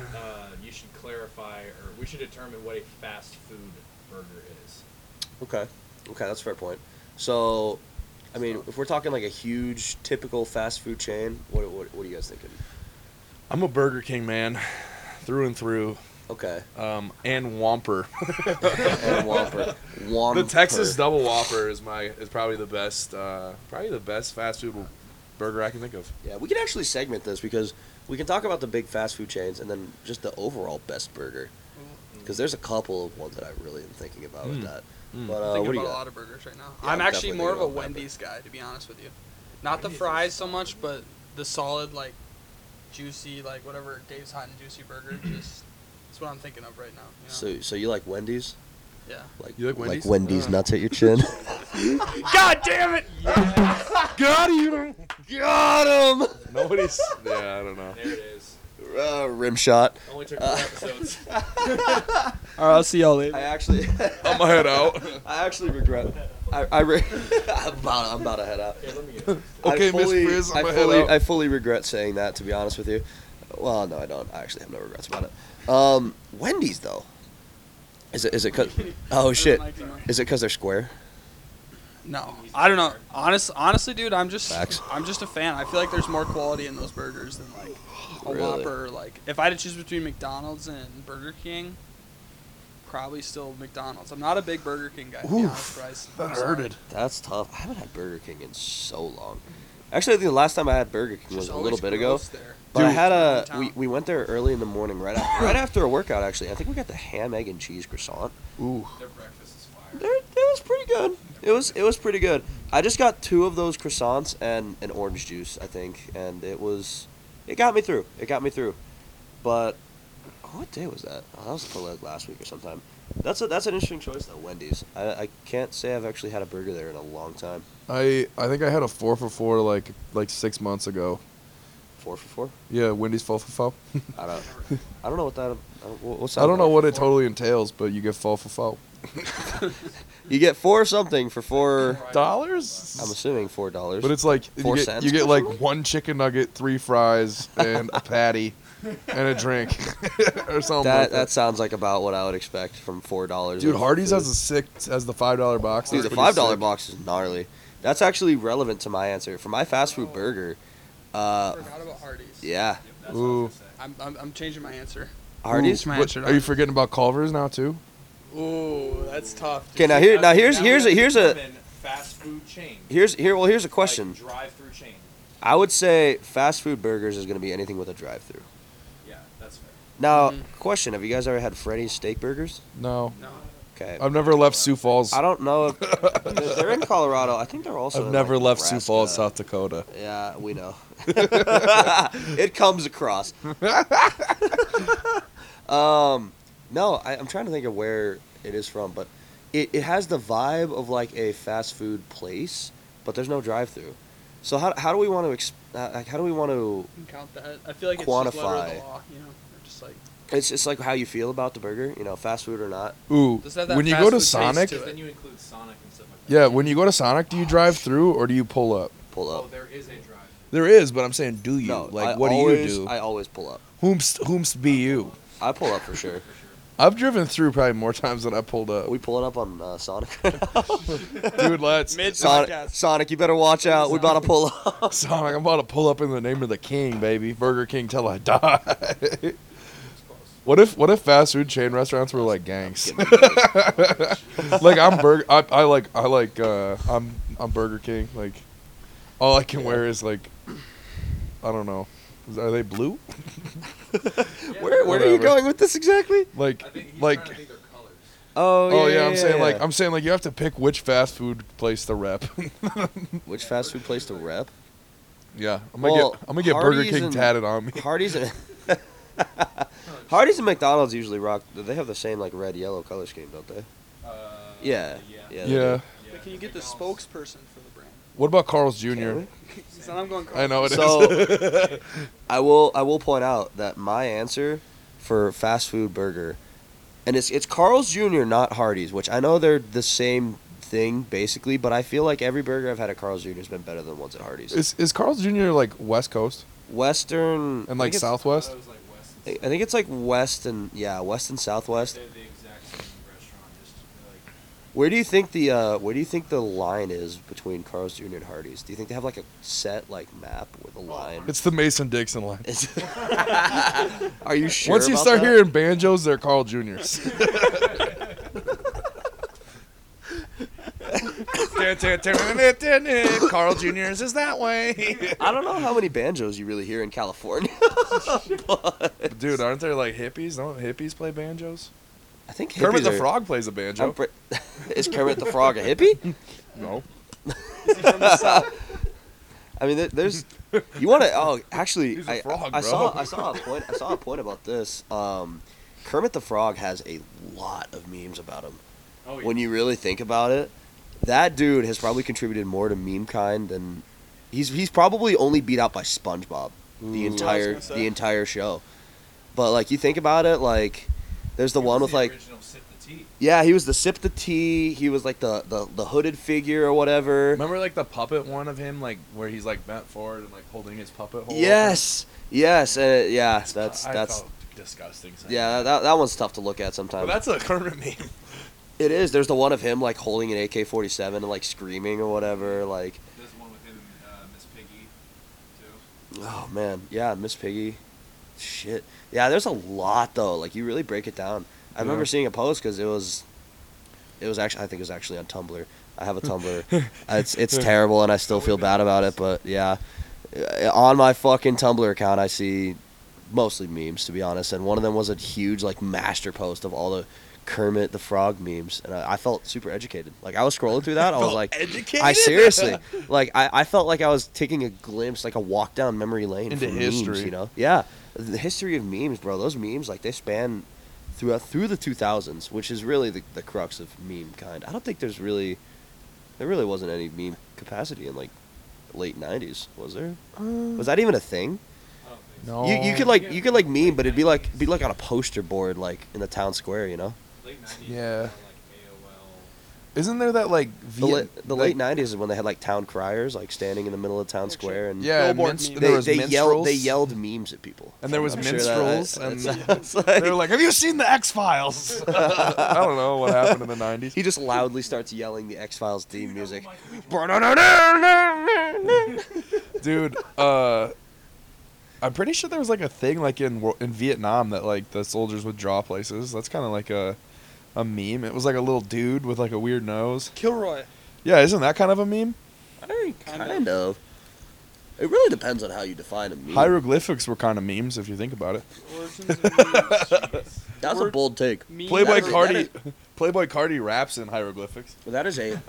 D: you should clarify, or we should determine what a fast food burger is.
B: Okay. Okay, that's a fair point. So, I mean, if we're talking like a huge typical fast food chain, what what, what are you guys thinking?
A: I'm a Burger King man through and through.
B: Okay.
A: Um, and Whomper.
B: And Whopper. Whopper.
A: [LAUGHS] The Texas Double Whopper is my is probably the best uh, probably the best fast food burger I can think of.
B: Yeah, we can actually segment this because we can talk about the big fast food chains and then just the overall best burger. Because there's a couple of ones that I really am thinking about with
A: Mm-hmm. Mm.
B: that.
A: Mm.
B: But
C: I'm
B: uh,
C: thinking
B: what do you
C: about a
B: got?
C: lot of burgers right now.
B: Yeah, I'm
C: I'm actually
B: definitely
C: more of
B: thinking
C: a
B: about that, but-
C: Wendy's guy, to be honest with you. Not the
D: Wendy's is
C: fries so
D: solid.
C: much, but the solid, like, juicy, like, whatever Dave's Hot and Juicy
B: [CLEARS THROAT]
C: Burger. Just, that's what I'm thinking of right now. You know?
B: So, so you like Wendy's?
C: yeah.
B: Like
A: You like Wendy's? Uh.
B: nuts at
A: [LAUGHS]
B: your chin.
A: God damn [LAUGHS] it! Got you.
B: Got him.
A: Nobody's. Yeah, I don't know.
D: There it is.
B: Uh, rim shot.
D: Only took
B: [LAUGHS]
D: four episodes.
C: All right, I'll see y'all later.
B: I
A: [LAUGHS]
B: actually.
A: I'm gonna head out.
B: I actually regret. I, I re- [LAUGHS] I'm, about, I'm about to head out.
D: Here, let me get it.
A: Okay,
B: I
A: Miss
B: fully,
A: Frizz,
B: I
A: I'ma head
B: fully,
A: out.
B: I fully regret saying that. To be honest with you, well, no, I don't. I actually have no regrets about it. Um, Wendy's though. Is it? Is it?
C: [LAUGHS]
B: Cause, oh shit!
C: Mike, you know.
B: Is it because they're square?
C: No, I don't know. Honest, honestly, dude, I'm just
B: Facts.
C: I'm just a fan. I feel like there's more quality in those burgers than like a
B: Really?
C: Whopper. Like if I had to choose between McDonald's and Burger King, probably still McDonald's. I'm not a big Burger King guy. to be honest, Bryce. I'm sorry.
B: That's tough. I haven't had Burger King in so long. Actually, I think the last time I had Burger King
C: There's
B: was a
C: always
B: little bit ago.
C: gross there.
B: But I
C: Dude.
B: had a
C: In town.
B: we, we went there early in the morning, right after, right after a workout. Actually, I think we got the ham, egg, and cheese croissant.
F: Ooh.
D: Their breakfast is fire.
B: There, it was pretty good. It was it was pretty good. I just got two of those croissants and an orange juice, I think, and it was it got me through. It got me through. But what day was that? Oh, that was probably like last week or sometime. That's a, that's an interesting choice though. Wendy's. I, I can't say I've actually had a burger there in a long time.
A: I I think I had a four for four like like six months ago.
B: Four for four.
A: Yeah, Wendy's four for four.
B: I don't. I don't know what that. I don't, what's that
A: I don't know
B: about?
A: what it totally entails, but you get four for four
B: You get four something for four.
A: dollars.
B: I'm assuming four dollars.
A: But it's like
B: Four
A: you get,
B: cents
A: you
B: or
A: get like
B: something?
A: one chicken nugget, three fries, and a
B: [LAUGHS]
A: patty, and a drink, [LAUGHS] or something. like
B: that.
A: that.
B: That sounds like about what I would expect from four dollars.
A: Dude, Hardee's has a sick has the five dollar box.
B: Dude, the
A: That's
B: five
A: pretty
B: dollar
A: sick.
B: box is gnarly. That's actually relevant to my answer for my fast food burger.
C: I
B: Uh,
C: forgot about Hardee's.
B: yeah,
D: Yep, that's
A: Ooh.
D: what I was gonna say.
C: I'm, I'm, I'm changing my answer.
B: Hardee's.
C: Ooh. my
A: What,
C: answer,
A: are you forgetting about Culver's now too?
C: Ooh, that's tough.
B: Okay,
C: dude.
B: now here, now here's
D: Now
B: here's a
D: we're
B: here's a
D: determining fast food chain.
B: here's here. Well, here's a question.
D: Like drive-through chain.
B: I would say fast food burgers is going to be anything with a drive through.
D: Yeah, that's fair.
B: Now,
C: Mhm.
A: Mm-hmm.
B: question: Have you guys ever had Freddy's steak burgers?
A: No,
C: No.
B: Okay.
A: I've never left Sioux Falls.
B: I don't know. If,
A: [LAUGHS]
B: they're they're in Colorado. I think they're also.
A: I've
B: in,
A: never
B: like,
A: left Sioux Falls,
B: Nebraska.
A: South Dakota.
B: Yeah, we
A: [LAUGHS]
B: know. [LAUGHS] it comes across. [LAUGHS] um, no, I, I'm trying to think of where it is from, but it, it has the vibe of like a fast food place, but there's no drive-through. So how, how do we want to exp- uh, like how do we want to?
C: You can count that. I feel like it's just letter of
B: Quantify.
C: the law. You know, Or just like
B: It's just like how you feel about the burger, you know, fast food or not.
A: Ooh,
C: Does it have that
A: when you
C: fast
A: go to
C: food taste
A: Sonic,
C: to it?
D: Then you include Sonic and stuff like that.
A: yeah, when you go to Sonic, do you drive through or do you pull up?
B: Pull
D: Oh,
B: up.
D: there is a drive.
A: There is, but I'm saying, do you?
B: no,
A: like,
B: I
A: what
B: always,
A: do you do?
B: I always pull up.
A: whomst, whomst be you?
B: I pull up for
A: [LAUGHS]
B: sure.
D: For sure.
A: I've driven through probably more times than I pulled
B: Are
A: up.
B: we pulling up on uh, Sonic?
A: [LAUGHS] Dude, let's.
C: mid
B: Sonic,
C: [LAUGHS] podcast.
B: Sonic, you better watch out. We about to pull up.
A: [LAUGHS] Sonic, I'm about to pull up in the name of the king, baby. Burger King till I die. [LAUGHS] what if what if fast food chain restaurants were like gangs? [LAUGHS] like I'm burger, I, I like I like uh, I'm I'm Burger King. Like all I can wear is like I don't know. Is- Are they blue? [LAUGHS]
D: Yeah,
B: Where, where are you
A: Whatever.
B: going with this exactly?
A: Like
D: I think he's
A: like
D: trying to think their [LAUGHS] colors.
B: Oh,
A: oh yeah, I'm saying like I'm saying like you have to pick which fast food place to rep. [LAUGHS]
B: Which fast food place to rep?
A: yeah, I'm gonna
B: Well,
A: get I'm gonna get
B: Hardee's
A: Burger King
B: and-
A: tatted on [LAUGHS] me.
B: Hardee's and Hardee's and McDonald's usually rock. They have the same like red yellow color scheme, don't they?
D: Uh,
B: Yeah. [LAUGHS] Yeah. they
A: Yeah.
B: do.
C: But can you get the
D: McDonald's.
C: spokesperson for the brand? [LAUGHS]
A: What about Carl's
B: Can
A: Jr.?
B: we?
C: So I'm going.
A: I know it is.
B: So I will I will point out that my answer for fast food burger, and it's it's Carl's Jr. not Hardee's, which I know they're the same thing basically, but I feel like every burger I've had at Carl's Jr. has been better than ones at Hardee's.
A: Is [LAUGHS] is Carl's Jr. like West Coast
B: Western
A: and
B: I
A: like
B: think it's-
A: Southwest?
D: Those, like, West and
B: I I think it's like West and yeah, West and Southwest.
D: They're the exact same restaurant, just like
B: Where do you think the uh, where do you think the line is between Carl's Jr. and Hardee's? Do you think they have like a set like map with a line?
F: [LAUGHS]
B: [LAUGHS]
A: It's the Mason Dixon line.
B: Is- Are you sure?
A: Once you
B: about
A: start
B: that?
A: hearing banjos, they're Carl
B: [LAUGHS]
A: Juniors.
F: Carl Jr.'s is that
A: [LAUGHS]
F: way.
B: I don't know how many banjos you really hear
F: [LAUGHS]
B: in California.
F: Dude, aren't there like hippies? Don't hippies play banjos?
B: I think hippies
F: Kermit the
B: are-
F: Frog plays a
B: I'm
F: banjo.
B: pre- [LAUGHS] is Kermit the Frog a hippie?
F: no.
B: I mean, there- there's you want to. Oh, actually,
F: He's a
B: I-
F: frog,
B: I, I saw
F: bro.
B: I saw a point I saw a point about this. Um, Kermit the Frog has a lot of memes about him.
D: [LAUGHS] oh yeah.
B: when you really think about it, that dude has probably contributed more to meme kind than he's he's probably only beat out by SpongeBob the entire
C: gonna say.
B: the entire show. But like you think about it, like there's the
D: He
B: one
D: was
B: with like
D: original Sit the tea.
B: Yeah, he was the sip the tea. He was like the, the, the hooded figure or whatever.
G: Remember like the puppet one of him, like where he's like bent forward and like holding his puppet hole.
B: Yes, yes, uh, yeah. That's
G: I
B: that's
G: felt disgusting. saying
B: yeah. That, that one's tough to look at sometimes.
G: But that's a current meme.
B: it is. There's the one of him like holding an AK-47 and like screaming or whatever. Like,
D: There's one with him and uh, Miss Piggy, too.
B: oh man, yeah, Miss Piggy. Shit. Yeah, there's a lot though. Like you really break it down. I remember seeing a post because it was, it was actually I think it was actually on Tumblr. I have a Tumblr. it's it's terrible and I still feel bad about it. But yeah, Uh, on my fucking Tumblr account, I see mostly memes to be honest. And one of them was a huge like master post of all the Kermit the Frog memes, and I, I felt super educated. Like I was scrolling through
A: [LAUGHS]
B: that, [LAUGHS] I was like,
G: educated. [LAUGHS]
B: I seriously, like, I, I felt like I was taking a glimpse, like a walk down memory lane
A: Into
B: for memes,
A: history.
B: you know? Yeah, the history of memes, bro. Those memes, like, they span throughout through the 2000s, which is really the, the crux of meme kind. I don't think there's really, there really wasn't any meme capacity in like late 90s, was there? was that even a thing?
D: I don't think
A: No.
B: you you could like you could like meme, but it'd be like be like on a poster board, like in the town square, you know?
D: so. Late uh, 90s.
A: Yeah.
D: Like AOL.
A: Isn't there that like
B: The,
A: Viet-
B: late the late 90s is when they had like town criers, like standing in the middle of town square and
A: Yeah, and
C: Billboard
A: minst-
C: meme.
A: there
B: they,
A: was
B: they yelled
A: minstrels.
B: they yelled memes at people.
A: And there was
B: sure that-
A: minstrels,
B: that's-
A: and- [LAUGHS]
B: that's like-
A: They were like, "Have you seen the X Files?" I don't know what happened in the nineties.
B: [LAUGHS] he [LAUGHS] just loudly starts yelling the X Files theme music.
A: dude uh i'm pretty sure there was like a thing like in Wo- in vietnam that like the soldiers would draw places that's kind of like a a meme it was like a little dude with like a weird nose
C: Kilroy.
A: yeah isn't that kind of a meme
B: Kind of. It really depends on how you define a meme.
A: hieroglyphics were kind of memes if you think about it
C: Origins of
D: [LAUGHS]
C: memes.
B: That's a bold take.
C: Memes.
A: playboy
B: that-
A: cardi [LAUGHS] playboy cardi raps in hieroglyphics
B: That is a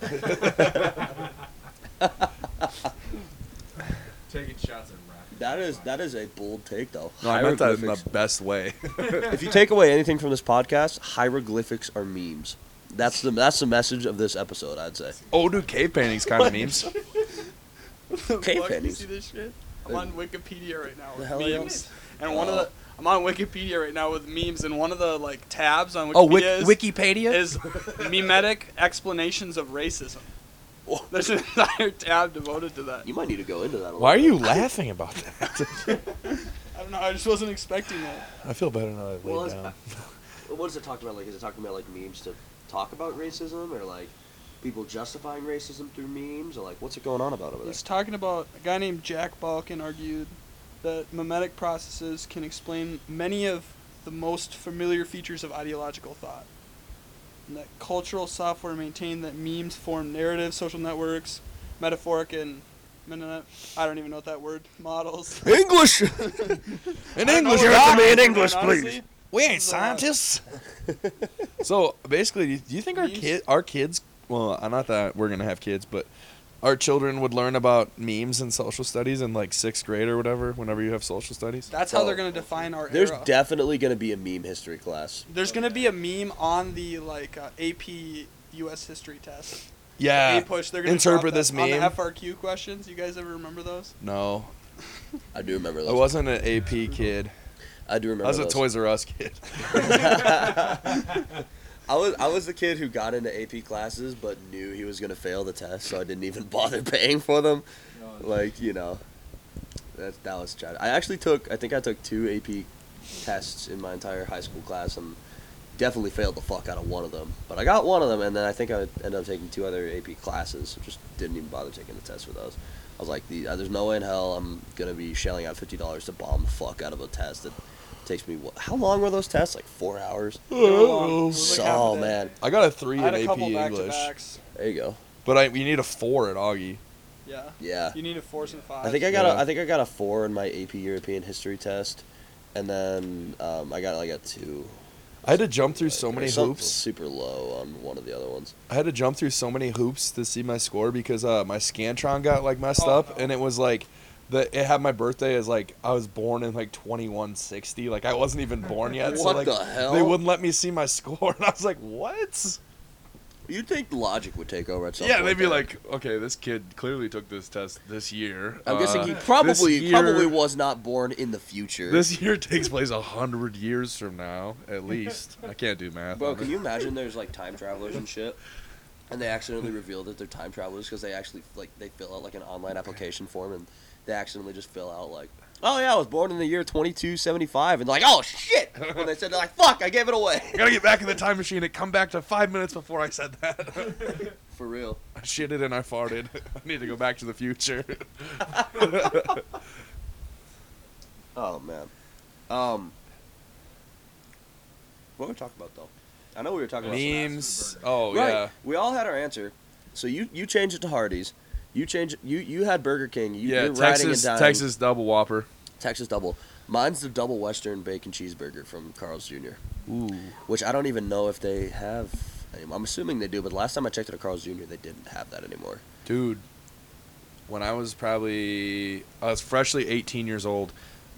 D: Taking shots at rap.
B: that is
D: [LAUGHS]
B: that [LAUGHS] is a bold take though.
A: no i meant that in the
B: Hieroglyphics.
A: best [LAUGHS] way
B: if you take away anything from this podcast, hieroglyphics are memes. That's the that's the message of this episode, I'd
C: [LAUGHS]
B: say.
A: oh dude cave paintings kind of
B: [LAUGHS]
A: memes
B: Cave
C: Fuck, you
B: panties.
C: see this shit? I'm on Wikipedia right now
B: The
C: with
B: hell Oh. are
C: memes. And one of the I'm on Wikipedia right now with memes and one of the like tabs on Wikipedia
A: oh Wik-
C: is,
A: wikipedia
C: is memetic explanations of racism. There's [LAUGHS] an entire tab devoted to that.
B: You might need to go into that a little
A: why are
B: bit.
A: you laughing about that [LAUGHS]
C: I don't know, I just wasn't expecting that.
A: i feel better now that i
B: Well,
A: laid
B: it's-
A: down
B: What is it talking about? Like, is it talking about like memes to talk about racism, or like people justifying racism through memes, or like what's it going on about over there?
C: It's talking about a guy named Jack Balkin argued that memetic processes can explain many of the most familiar features of ideological thought. And that cultural software maintained that memes form narratives, social networks, metaphoric and meta- I don't even know what that word models.
A: [LAUGHS]
B: English.
A: in
C: I don't know
A: english
C: what
A: doc!
C: that word is,
H: please.
C: honestly.
A: We ain't
C: There's a lot.
A: scientists. [LAUGHS] so basically, do you- do you think our
C: Memes?
A: kid, our kids, well, uh, not that we're gonna have kids, but our children would learn about memes and social studies in like sixth grade or whatever. Whenever you have social studies,
C: That's how they're gonna define our
B: There's
C: era.
B: definitely gonna be a meme history class.
C: There's gonna be a meme on the like uh, AP U.S. history test.
A: yeah.
C: They push. They're gonna
A: Interpret
C: drop
A: this
C: that on the
A: meme.
C: FRQ questions. You guys ever remember those?
A: No,
B: I do remember
A: I
B: those.
A: wasn't an AP kid.
B: I do remember.
A: I was a [LAUGHS]
B: those.
A: Toys R Us kid.
B: [LAUGHS] I was I was the kid who got into AP classes but knew he was gonna fail the test, so I didn't even [LAUGHS] bother paying for them. Like you know, that that was tragic. I actually took I think I took two AP tests in my entire high school class and definitely failed the fuck out of one of them. But I got one of them, and then I think I ended up taking two other AP classes. So just didn't even bother taking the test for those. I was like, the, uh, there's no way in hell I'm gonna be shelling out fifty dollars to bomb the fuck out of a test that takes me. What, how long were those tests? Like four hours.
C: They were long. It was like half a
B: Oh
C: day.
B: man,
A: I got a three
C: I had
A: in
C: a
A: AP
C: couple back to
A: English,
C: backs.
B: there you go.
A: but I you need a four at Augie.
C: Yeah.
B: Yeah.
C: You need a force and five.
B: I think I got a,
A: Yeah.
B: I think I got a four in my AP European history test, and then um, I got like a two.
A: I had to jump through so
B: Like,
A: many
B: something
A: hoops.
B: Super low on one of the other ones.
A: I had to jump through so many hoops to see my score because uh, my Scantron got like messed
C: Oh,
A: up,
C: no.
A: and it was like the it had my birthday as like I was born in like 2160, like I wasn't even born yet. so
B: What
A: like
B: the hell?
A: [LAUGHS] they wouldn't let me see my score, and I was like, what?
B: You'd think logic would take over at some
A: yeah,
B: point.
A: they'd be
B: there.
A: like, okay, this kid clearly took this test this year.
B: I'm
A: Uh,
B: guessing he probably
A: this
B: probably
A: year-
B: was not born in the future.
A: This year takes place a hundred years from now,
B: [LAUGHS]
A: at least. I can't do math.
B: Bro,
A: on
B: can
A: it.
B: you imagine there's like time travelers and shit? And they accidentally reveal that they're time travelers because they actually like they fill out like an online application form and they accidentally just fill out like, oh yeah, I was born in the year 2275 and they're like, oh shit. When they said they're like, fuck, I gave it away.
A: I [LAUGHS] gotta get back in the time machine and come back to five minutes before I said that. [LAUGHS]
B: For real.
A: I shitted and I farted. [LAUGHS] I need to go back to the future. [LAUGHS]
B: Oh man. Um. What were we talking about though? I know we were talking about
A: Memes. Oh
B: right.
A: yeah.
B: We all had our answer. So you you changed it to Hardee's. You change you you had Burger King. You,
A: yeah,
B: you're riding and
A: Texas
B: dying.
A: Texas double whopper.
B: Texas double. Mine's the double Western bacon cheeseburger from Carl's Jr.,
A: Ooh.
B: which I don't even know if they have. Anymore. I'm assuming they do, but last time I checked at a Carl's Jr., they didn't have that anymore.
A: Dude, when I was probably I was freshly 18 years old,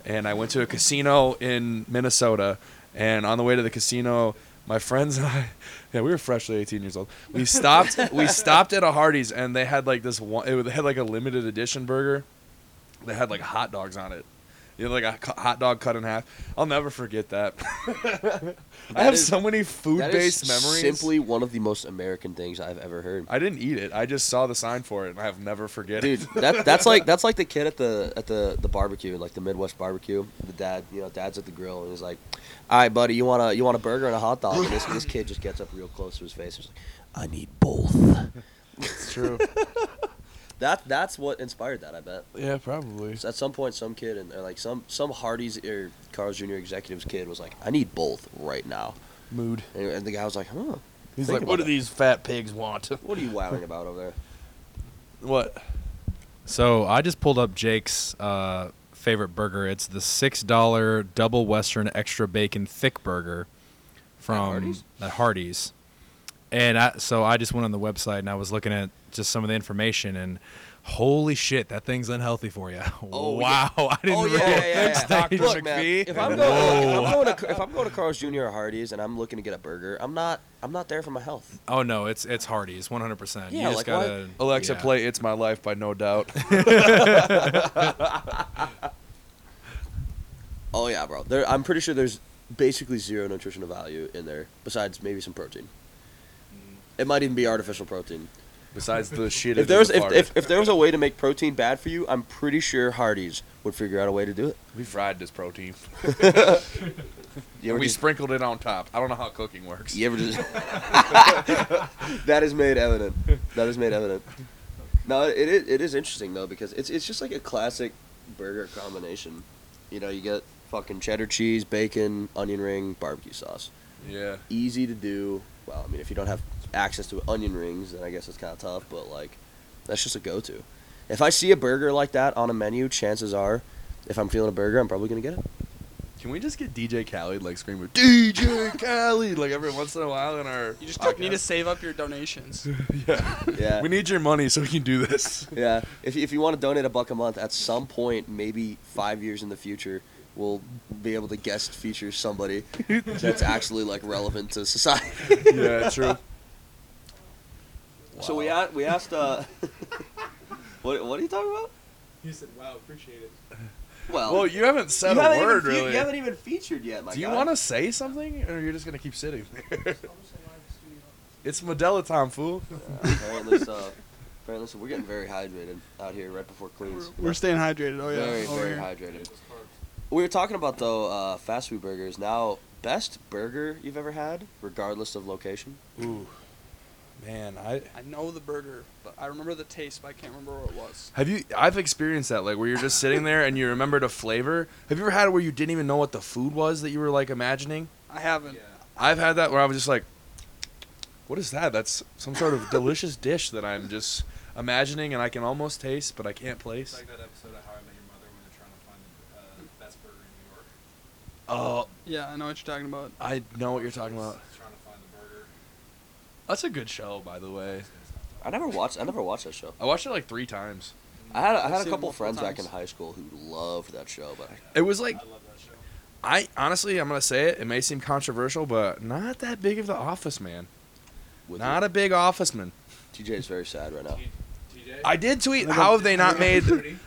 A: and I went to a casino in Minnesota, and on the way to the casino, my friends [LAUGHS] and I, yeah, we were freshly 18 years old.
B: [LAUGHS]
A: We stopped we stopped at a Hardee's, and they had like this one. It was, they had like a limited edition burger. They had like hot dogs on it. You know, like a cu- hot dog cut in half. I'll never forget that. [LAUGHS] I
B: That
A: have
B: is-
A: so many
B: That is
A: food-based memories.
B: Simply one of the most American things I've ever heard.
A: I didn't eat it. I just saw the sign for it, and I have never forget [LAUGHS]
B: Dude,
A: it.
B: that, that's like that's like the kid at the at the, the barbecue, like the Midwest barbecue. The dad, you know, dad's at the grill and he's like, "All right, buddy, you want a you want a burger and a hot dog?" And this this kid just gets up real close to his face. and He's like, "I need both."
A: It's true.
B: That that's what inspired that. I bet.
I: Yeah, probably.
B: So at some point, some kid and or like some some Hardy's or Carl's Jr. executive's kid was like, "I need both right now,"
I: Mood.
B: and, and the guy was like, "Huh?
I: He's
B: Think
I: like,
B: about
I: what do
B: it.
I: these fat pigs
A: [LAUGHS]
I: want?
B: What are you wowing about over there?"
I: What?
J: So I just pulled up Jake's uh, favorite burger. It's the six dollar double western extra bacon thick burger from
B: At Hardee's?
J: at Hardee's. And I, so I just went on the website and I was looking at just some of the information and holy shit, that thing's unhealthy for you.
B: [LAUGHS] Oh, yeah.
J: wow, I didn't
B: Oh, yeah,
J: realize.
B: yeah, yeah, yeah.
J: Dr.
B: Look, man,
J: McPhee.
B: if I'm going, if I'm going to if I'm going to Carl's Jr. or Hardee's and I'm looking to get a burger, I'm not I'm not there for my health.
J: oh no, it's it's Hardee's, 100%.
B: Yeah,
J: you just
B: like, why-
J: gotta
A: Alexa,
J: yeah.
A: play "It's My Life" by No Doubt.
B: Oh yeah, bro. There, I'm pretty sure there's basically zero nutritional value in there besides maybe some protein. It might even be artificial protein.
A: Besides the shit.
B: If there was if, if, if there was a way to make protein bad for you, I'm pretty sure Hardee's would figure out a way to do it.
A: we fried this protein,
B: You ever
A: we
B: just-
A: sprinkled it on top. I don't know how cooking works.
B: You ever just [LAUGHS] that is made evident. That is made evident. No, it is, it is interesting though because it's it's just like a classic burger combination. You know, you get fucking cheddar cheese, bacon, onion ring, barbecue sauce.
A: Yeah.
B: Easy to do. Well, I mean, if you don't have access to onion rings, then I guess it's kind of tough. But like, that's just a go-to. If I see a burger like that on a menu, chances are, if I'm feeling a burger, I'm probably gonna get it.
A: Can we just get DJ Khaled like [LAUGHS] screaming DJ Khaled like every once in a while in our?
C: You just
A: podcast?
C: need to save up your donations.
B: Yeah.
A: We need your money so we can do this. [LAUGHS]
B: Yeah, if you- if you want to donate a buck a month, at some point, maybe five years in the future, we'll be able to guest feature somebody that's actually like relevant to society.
A: yeah, true.
B: So we asked, we asked, uh, [LAUGHS] what what are you talking about?
D: He said, "Wow, appreciate it."
B: Well,
A: Well, you haven't said
B: you
A: a
B: haven't
A: word
B: even, fe-
A: really.
B: You haven't even uh, featured yet, my
A: do you
B: guy.
A: want to say something, or you're just gonna keep sitting? [LAUGHS] there? it's Modella time, fool.
B: Yeah, apparently so. Apparently so. We're getting very hydrated out here right before Queens.
C: [LAUGHS] We're staying hydrated. Oh yeah,
B: very
C: over
B: very
C: here.
B: hydrated. We were talking about though uh, fast food burgers. Now, best burger you've ever had, regardless of location.
A: Ooh, man, I
C: I know the burger, but I remember the taste, but I can't remember what it was.
A: Have you? I've experienced that, like where you're just sitting there and you remembered a flavor. Have you ever had it where you didn't even know what the food was that you were like imagining?
C: I haven't.
A: I've had that where I was just like, "What is that? That's some sort of delicious dish that I'm just imagining and I can almost taste, but I can't
D: It's
A: place."
D: like that episode of How I Met Your Mother when they're trying to find the uh, best burger in New
A: Oh,
D: York.
C: Yeah, I know what you're talking about.
A: I know what you're talking about.
D: It's Trying to find the burger.
A: That's a good show, by the way.
B: I never watched. I never watched that show.
A: I watched it like three times.
B: I had I had
C: I've seen
B: a
C: it
B: couple
C: multiple
B: friends back in
C: times.
B: high school who loved that show, but I,
A: It was like
D: I love that show.
A: I honestly, I'm gonna say it. It may seem controversial, but not that big of the Office, man.
B: with
A: Not a big officeman.
B: you. TJ is very sad right now.
D: TJ?
A: I did tweet how have they not made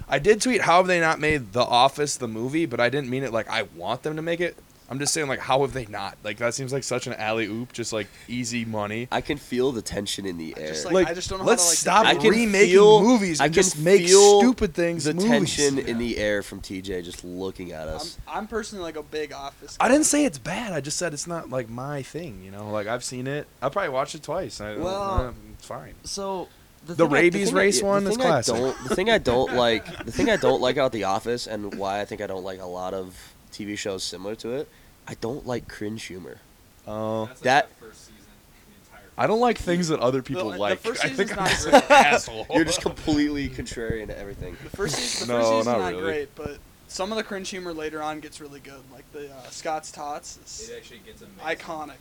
A: I did tweet how have they not made The Office the movie, but I didn't mean it like I want them to make it. I'm just saying like how have they not? Like that seems like such an alley oop, just like easy money.
B: I can feel the tension in the air.
C: Just like,
A: Like,
C: I just don't know
A: Let's
C: how to,
A: stop
C: like,
B: I can
A: remaking
B: feel-
A: movies
B: I
A: and
B: can
A: just make
B: feel
A: stupid things
B: the
A: movies.
B: tension in the air from TJ just looking at
C: I'm,
B: us.
C: I'm personally like a big office.
A: I didn't say it's bad. I just said it's not like my thing. You know, like I've seen it. I probably watched it twice. I,
B: Well-
A: well, it's fine.
B: So
A: The thing I- the rabies thing I- race
B: the
A: one is
B: thing I
A: classic.
B: don't- the thing I don't like, the thing I don't like about The Office, and why I think I don't like a lot of TV shows similar to it, I don't like cringe humor.
A: Oh,
D: That's like
B: That-
D: the first season, the entire
A: I don't like things that other people
C: the
A: like.
C: first
A: I
C: season's
A: think I'm
C: not
A: just an [LAUGHS]
C: great.
A: asshole.
B: You're just completely contrarian to everything.
C: The first season,
A: [LAUGHS]
C: the
A: No,
C: first season's
A: not
C: not,
A: really.
C: great, but some of the cringe humor later on gets really good. Like the uh, Scott's Tots is
D: It actually gets amazing.
C: iconic.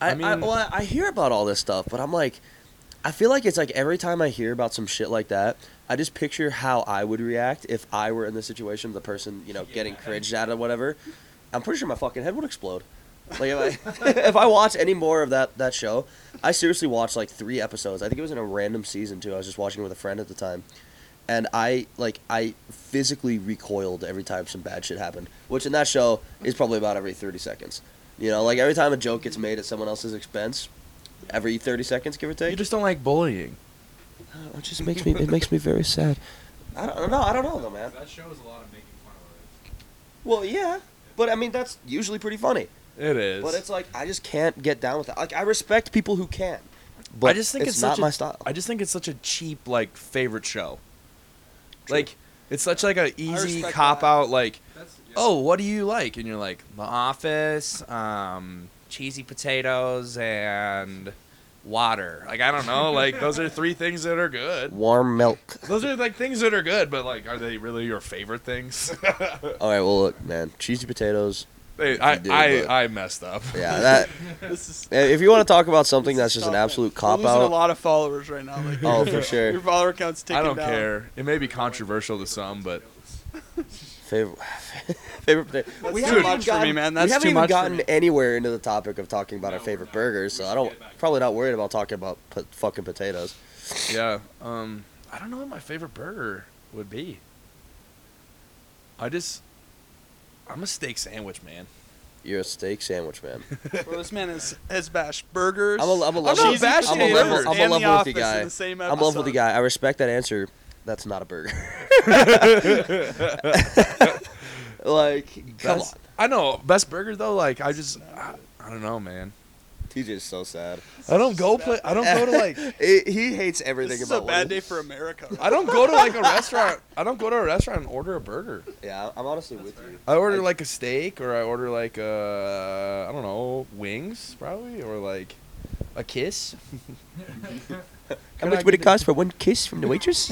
B: I,
A: I
B: I,
A: mean-
B: well, I hear about all this stuff, but I'm like, I feel like it's like every time I hear about some shit like that, I just picture how I would react if I were in the situation of the person, you know, getting cringed at or whatever. I'm pretty sure my fucking head would explode. Like if I, [LAUGHS] if I watch any more of that that show, I seriously watched like three episodes. I think it was in a random season too. I was just watching it with a friend at the time, and I like I physically recoiled every time some bad shit happened, which in that show is probably about every thirty seconds. You know, like every time a joke gets made at someone else's expense, every thirty seconds, give or
A: You
B: take.
A: just don't like bullying.
B: Oh, It just makes me. It makes me very sad. I don't, I don't know. I don't know though, man.
D: That show is a lot of making fun [LAUGHS] of
B: Well, yeah, but I mean that's usually pretty funny.
A: It is.
B: But it's like I just can't get down with that. Like I respect people who can, but
A: I just think it's,
B: not
A: such a-
B: my style.
A: I just think it's such a cheap like favorite show.
B: True.
A: Like it's such like a easy
C: respect
A: cop
C: that.
A: out like
D: it. That's, yeah.
A: oh, what do you like? And you're like, The Office, um, cheesy potatoes, and water. Like, I don't know. Like, those are three things that are good.
B: Warm milk.
A: Those are like things that are good, but like, are they really your favorite things? [LAUGHS]
B: All right, well look, man, cheesy potatoes.
A: They- I,
B: Dude, look.
A: I, I messed up.
B: Yeah, that.
C: This is
B: if you want to talk about something
C: this
B: that's
C: is
B: just
C: tough,
B: an
C: man.
B: absolute
C: We're
B: cop
C: losing a
B: out.
C: lot of followers right now.
B: [LAUGHS]
C: Like,
B: Oh, for sure.
C: [LAUGHS] Your follower count's ticking
A: I don't
C: down. [LAUGHS]
A: care. It may be controversial to some, but
B: Favorite. [LAUGHS] favorite. potato-
C: That's
B: we
C: too
B: haven't
C: much
B: even
C: for
B: gotten,
C: me, man.
B: we
C: That's
B: haven't
C: too
B: even
C: much for
B: gotten
C: me.
B: anywhere into the topic of talking about
D: No,
B: our favorite
D: we're not.
B: burgers, so I don't.
D: get back.
B: Probably not worried about talking about p- fucking potatoes.
A: yeah. Um, I don't know what my favorite burger would be. I just, I'm a steak sandwich man.
B: You're a steak sandwich man.
C: Well, this man is has bashed burgers. Oh,
B: I'm a, I'm a
A: not
B: level.
A: bashing
B: I'm a
A: you.
B: level. I'm a
C: And The
B: level with you
C: Office in
B: guy.
C: the same
B: I'm level with you
C: episode.
B: guy. I respect that answer. That's not a
C: [LAUGHS]
B: burger. like, come on.
A: Best- I know best burger though. Like I just, I, I don't know, man.
B: TJ's so sad.
A: I don't go play. I don't go to like.
B: [LAUGHS] He- he hates everything
C: This is a
B: about. what
C: bad
B: he-
C: day for America.
A: I don't go to like a restaurant. I don't go to a restaurant and order a burger.
B: Yeah, I'm honestly with you.
A: I order like a steak, or I order like uh, I don't know, wings probably, or like a kiss. [LAUGHS]
B: How
A: Could I
B: much would
A: get
B: it cost for one kiss from the waitress?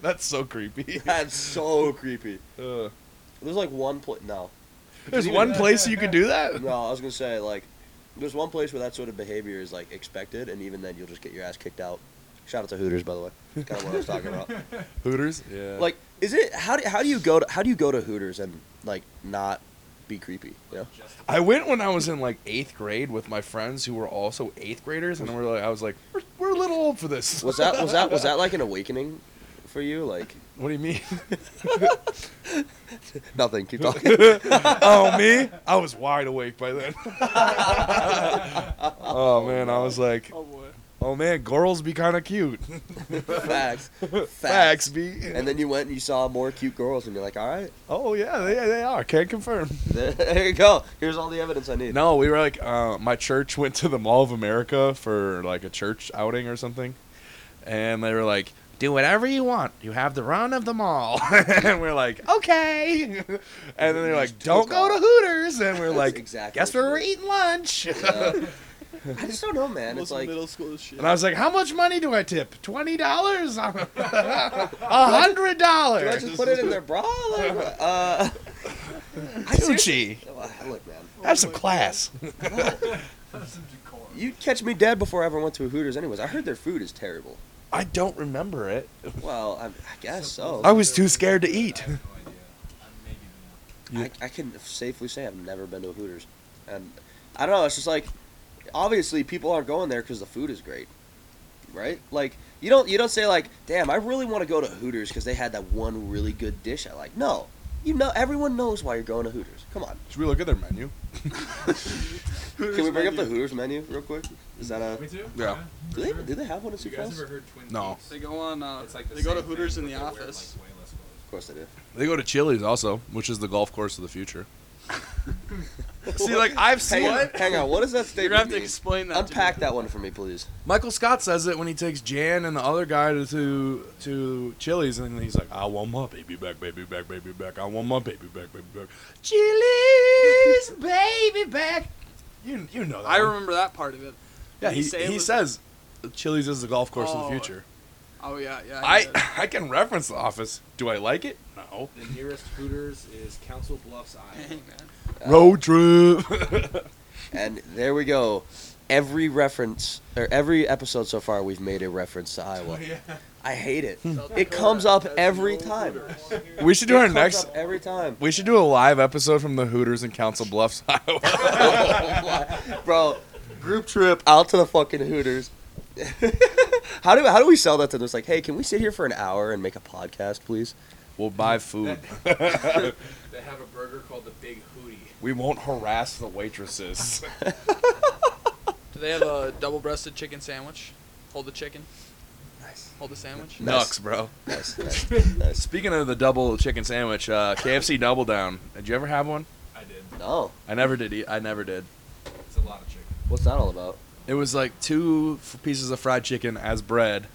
A: That's so creepy.
B: [LAUGHS] That's so creepy. [LAUGHS]
A: Ugh.
B: There's like one place. No,
A: there's one place you can do that.
B: no. I was gonna say like, there's one place where that sort of behavior is like expected, and even then you'll just get your ass kicked out. Shout out to Hooters, by the way. That's kind of what I was talking about.
A: Hooters. Yeah.
B: Like, is it how do, how do you go to how do you go to Hooters and like not be creepy? You know?
A: I went when I was in like eighth grade with my friends who were also eighth graders, and we're like, I was like, we're, we're a little old for this.
B: Was that was that was that like an awakening for you? Like
A: What do you mean? [LAUGHS]
B: nothing. Keep talking.
A: oh me? I was wide awake by
B: [LAUGHS]
A: then. oh man, I was like,
C: Oh boy.
A: oh man, girls be kind of cute.
B: Facts. Facts.
A: Facts be.
B: And then you went and you saw more cute girls, and you're like, all right,
A: oh yeah, they, they are. Can't confirm.
B: [LAUGHS] there you go. Here's all the evidence I need.
A: No, we were like, uh, my church [LAUGHS] went to the Mall of America for like a church outing or something, and they were like. Do whatever you want. You have the run of the mall, [LAUGHS] and we're like, okay. [LAUGHS] And then they're like, don't go to Hooters, and we're
B: That's
A: like,
B: exactly
A: guess
B: what
A: where we're
B: it is.
A: eating lunch. [LAUGHS]
B: Yeah. I just don't know, man. It's
C: Most
B: like
C: middle school shit.
A: And I was like, "How much money do I tip? Twenty dollars? [LAUGHS] A hundred
B: do I
A: dollars?
B: just put it
A: [LAUGHS]
B: in their bra?
C: [LAUGHS]
B: Like, uh, I seriously-
A: Gucci.
B: Oh, Look, man,
A: Have some class."
B: you'd catch me dead before I ever went to a Hooters. Anyways, I heard their food is terrible.
A: I don't remember it.
B: Well, I, I guess
C: [LAUGHS]
B: so.
A: I was too scared to
D: I
A: eat.
D: have no idea. I'm maybe
B: I, I can safely say I've never been to a Hooters, and I don't know. It's just like obviously people aren't going there because the food is great, right? Like you don't you don't say like, damn, I really want to go to Hooters because they had that one really good dish I like. No, you know everyone knows why you're going to Hooters. Come on,
I: Should we look at their menu?
B: can we bring up the Hooters menu real quick? Is that a
D: Me too?
I: Yeah.
D: for
B: do they
D: sure.
B: do they have one in
D: You
B: Sioux
D: guys
B: Falls?
D: ever
B: Of
D: heard Twin
I: No.
D: Peaks?
C: They go on. Uh,
D: It's like the
C: they go to
D: same
C: Hooters
D: thing,
C: in the
D: but they wear,
C: office.
D: like, way less clothes.
B: course they do.
I: They go to Chili's also, which is the golf course of the future.
A: See, like I've seen
B: Hang on, hang on. What does that
C: You're
B: statement
C: gonna have to
B: mean?
C: explain that.
B: Unpack
C: to
B: that one for me, please.
A: Michael Scott says it when he takes Jan and the other guy to to, to Chili's, and he's like, "I want my baby back, baby back, baby back. I want my baby back, baby back.
C: [LAUGHS]
A: Chili's, baby back." You you know that.
C: I
A: one.
C: remember that part of it.
A: Yeah,
C: Did
A: he,
C: he say it
A: he
C: was-
A: says Chili's is the golf course of the
C: Oh,
A: future.
C: Oh yeah, yeah.
A: I
C: did.
A: [LAUGHS] I can reference The Office. Do I like it? No.
D: The nearest Hooters is Council Bluffs,
A: [LAUGHS]
D: Iowa.
C: Dang, man.
B: Uh,
A: Road trip. [LAUGHS]
B: And there we go. Every reference or every episode so far, we've made a reference to Iowa. I hate it. It comes up every time.
A: we should do
B: It
A: our
B: comes
A: next.
B: up every time,
A: We should do a live episode from the Hooters in Council Bluffs, [LAUGHS] Iowa.
B: bro. Group trip out to the fucking Hooters. [LAUGHS] how do how do we sell that to them? It's like, hey, can we sit here for an hour and make a podcast, please?
A: we'll buy food.
D: They have a burger called the Big Hootie.
A: We won't harass the [LAUGHS] waitresses.
C: Do they have a double-breasted chicken sandwich? Hold the chicken.
B: Nice.
C: Hold the sandwich.
A: Nux, bro.
B: Nice, nice, [LAUGHS] nice.
A: Speaking of the double chicken sandwich, uh, KFC Double Down. Did you ever have one?
D: I did.
B: No,
A: I never did. Eat. I never did.
D: It's a lot of chicken.
B: what's that all about?
A: It was like two f- pieces of fried chicken as bread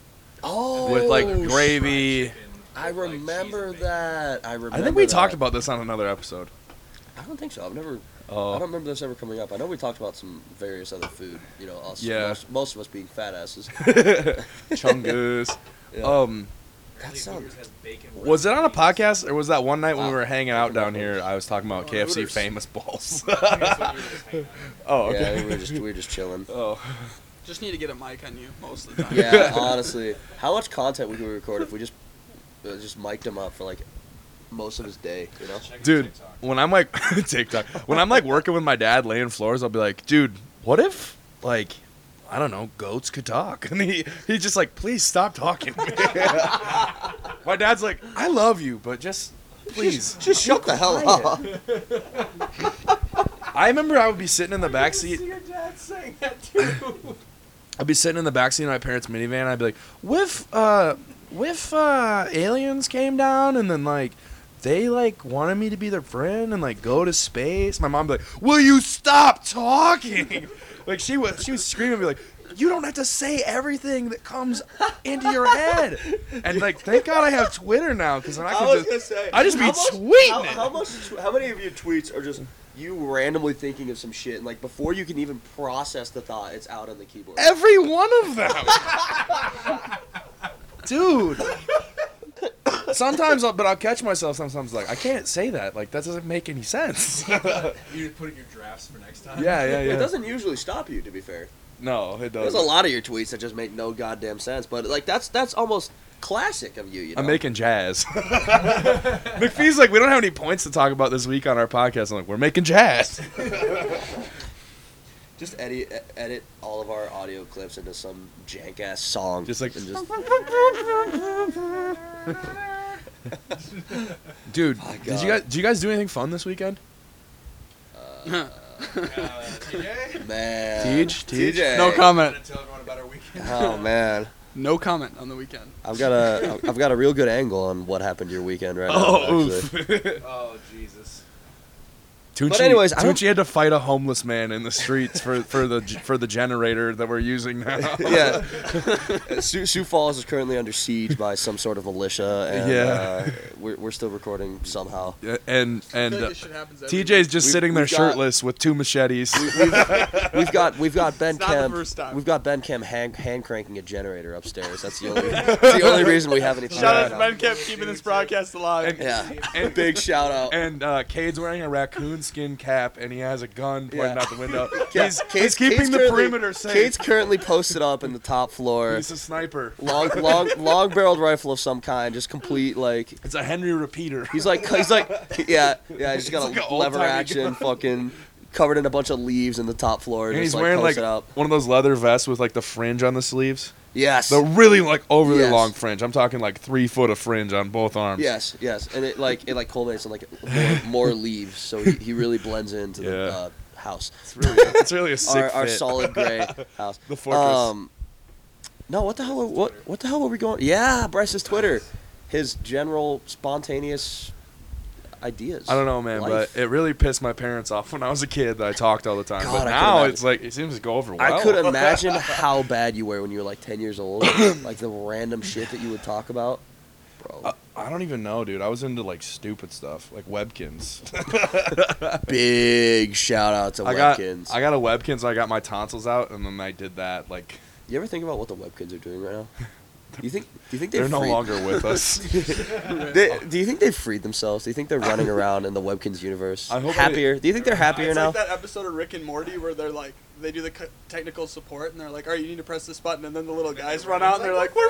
B: Oh,
A: with like
D: Fried
A: gravy.
D: chicken with,
B: I
D: like, cheese and
B: remember
D: bacon.
B: that. I remember.
A: I think we
B: that.
A: talked about this on another episode.
B: I don't think so. I've never I
A: Oh,
B: [LAUGHS] don't remember this ever coming up. I know we talked about some various other food. You know, us,
A: Yeah.
B: most, most of us being fat asses.
A: chungus.
B: Yeah.
A: Um,
B: That
D: Apparently
B: sounds-
D: Hooters has bacon wrapped
A: was it on a [LAUGHS]
D: beans.
A: podcast or was that one night when we
B: Wow.
A: were hanging out down here? I was talking about KFC
C: Hooters.
A: famous balls. [LAUGHS]
D: I think that's what you were just hanging out.
A: oh,
B: Yeah,
A: okay.
B: we were just we were just chilling.
A: Oh,
C: Just need to get a mic on you most of the time.
B: Yeah, honestly, how much content would we record if we just uh, just mic'd him up for like most of his day? You know,
D: Check your
A: dude.
D: TikTok.
A: When I'm like [LAUGHS] TikTok, when I'm like working with my dad laying floors, I'll be like, dude, what if like. I don't know. Goats could talk, [LAUGHS] and he he's just like, please stop talking. [LAUGHS] My dad's like, I love you, but just please.
B: just shut the hell up.
A: I remember I would be sitting in the back seat.
D: your dad saying
A: [LAUGHS]
D: that too.
A: I'd be sitting in the backseat of my parents' minivan. I'd be like, "What if, uh, what if uh, aliens came down and then like they like wanted me to be their friend and like go to space?" My mom'd be like, "Will you stop talking?" [LAUGHS] like she was, she was screaming, be like, "You don't have to say everything that comes into your head." And like, thank God I have Twitter now because I
B: I was
A: can
B: gonna
A: just.
B: say,
A: I just be
B: how much-
A: tweeting
B: How,
A: it.
B: how much? tw- How many of your tweets are just you randomly thinking of some shit, and like before you can even process the thought, it's out on the keyboard.
A: Every one of them. Dude. Sometimes, I'll, but I'll catch myself sometimes like, I can't say that. Like, that doesn't make any
B: [LAUGHS]
A: sense. yeah,
D: you need to put in your drafts for next time. [LAUGHS]
A: yeah, Oh,
B: It
A: yeah.
B: doesn't usually stop you, to be fair.
A: No, it
B: There's
A: doesn't.
B: a lot of your tweets that just make no goddamn sense, but like that's that's almost classic of you. You know,
A: I'm making jazz. [LAUGHS] McPhee's like, we don't have any points to talk about this week on our podcast. I'm like, we're making jazz. [LAUGHS]
D: Uh,
B: just edit e- edit all of our audio clips into some jank ass song.
A: Just like-
B: [LAUGHS] and just,
A: [LAUGHS] Dude,
B: My
A: did you guys
B: God.
A: do you guys do anything fun this weekend?
C: [LAUGHS]
D: Uh,
A: [LAUGHS]
D: TJ?
B: man,
A: Teej, Teej.
B: TJ.
C: No comment.
D: Gonna tell everyone about our weekend.
B: Oh man,
C: No comment on the weekend.
B: I've got a I've got a real good angle on what happened your weekend right now.
A: [LAUGHS] Oh,
B: actually.
A: oof.
D: Oh Jesus.
A: Tucci,
B: But anyways, I don't-
A: Tucci had to fight a homeless man in the streets for, for the [LAUGHS] for the generator that we're using
C: [LAUGHS]
A: now. [LAUGHS]
B: yeah, Uh, Sioux, Sioux Falls is currently under siege by some sort of militia, and
A: Yeah.
B: uh, we're we're still recording somehow.
A: Yeah, and and
C: I feel like
A: uh,
C: this shit happens every
A: TJ's just
B: We've-
A: sitting there
B: we've got-
A: shirtless with two machetes. [LAUGHS]
B: We've got we've got Ben
C: It's not the
B: Kemp.
C: first time.
B: We've got Ben Kemp hand, hand cranking a generator upstairs. That's the
C: [LAUGHS]
B: only that's the only reason we have any.
C: Shout out to
B: power
C: Ben kept keeping this broadcast alive.
A: Uh, And-
B: now. Yeah, big shout out.
A: and uh, Cade's wearing a raccoon skin cap and he has a gun pointing
B: Yeah.
A: out the window.
B: [LAUGHS] Yeah,
A: He's,
B: Kate's-
A: he's keeping
B: Kate's
A: the
B: currently-
A: perimeter safe.
B: Kate's currently posted up in the top floor.
A: he's a sniper.
B: Long, long, long-barreled rifle of some kind, just complete like
A: It's a Henry repeater.
B: he's like he's like yeah yeah. He's just got
A: It's
B: a
A: like an
B: lever
A: old-timey
B: action fucking covered in a bunch of leaves in the top floor.
A: And
B: just
A: he's
B: like
A: wearing like
B: posted up.
A: one of those leather vests with like the fringe on the sleeves.
B: Yes.
A: The really like overly
B: Yes.
A: long fringe. I'm talking like three foot of fringe on both arms.
B: Yes, yes, and it like it like
A: [LAUGHS]
B: culminates in like more, more leaves, so he, he really blends into the
A: Yeah.
B: uh, house,
A: It's really, [LAUGHS] it's really a sick
B: our, our
A: fit. [LAUGHS]
B: solid gray house.
A: The fortress.
B: Um, no, what the hell? What what the hell were we going? Yeah, Bryce's Twitter, his general spontaneous ideas.
A: I don't know, man,
B: Life.
A: but it really pissed my parents off when I was a kid that I talked all the time.
B: God, I
A: but
B: could
A: now
B: imagine.
A: it's like it seems to go over well.
B: I
A: [LAUGHS]
B: could imagine how bad you were when you were like ten
A: [CLEARS THROAT]
B: years old, like the random shit that you would talk about, bro.
A: I don't even know, dude. I was into like stupid stuff, like Webkins. [LAUGHS]
B: Big shout out to
A: I got
B: Webkins.
A: I got a Webkins. I got my tonsils out, and then I did that. Like
B: You ever think about what the Webkins are doing right now? Do you think? Do you think
A: they're
B: they've
A: no
B: freed-
A: longer with us.
B: [LAUGHS] They- do you think they've freed themselves? Do you think they're running around in the Webkins universe?
A: I hope they-
B: happier. do you think they're happier
C: it's
B: now?
C: like that episode of Rick and Morty where they're like, they do the c- technical support and they're like, all right, you need to press this button. And then the little guys run out and they're like, we're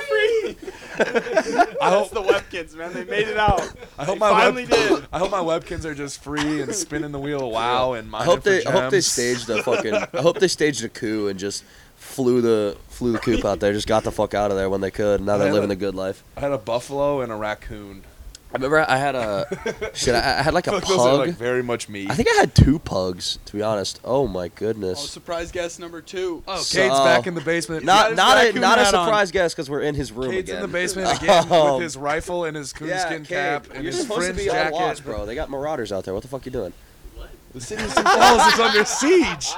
A: I
C: free. [LAUGHS] That's
A: hope
C: the Webkins, man. They made it out.
A: I hope
C: They
A: my
C: finally
A: web,
C: did.
A: [LAUGHS] I hope my Webkins are just free and spinning the wheel. of Wow, and
B: I
A: mining
B: hope
A: for
B: they. I hope they
A: gems.
B: staged a fucking. I hope they staged a coup and just flew the flew the coop out there. Just got the fuck out of there when they could. and Now they're
A: Yeah.
B: living the good life.
A: I had a buffalo and a raccoon.
B: I remember I
A: [LAUGHS]
B: had a shit. I, I had like a
A: Like, Those are
B: pug.
A: like very much me.
B: I think I had two pugs. To be honest. Oh my
C: Oh,
B: goodness.
C: surprise guest number two.
A: Oh,
B: So-
A: Cade's back in the basement.
B: not
A: He's
B: not
A: got his
B: a
A: raccoon
B: not a
A: hat on.
B: surprise guest because we're in his room
A: Cade's
B: again.
A: in the basement
B: [LAUGHS]
A: again
B: Um,
A: with his rifle and his coonskin
B: yeah,
A: cap
B: Cade,
A: and
B: you're
A: his
B: supposed to
A: fringe
B: be
A: jacket.
B: on watch, bro. They got marauders out there. What the fuck you doing?
A: The city of Sioux Falls is under
B: [LAUGHS]
A: siege.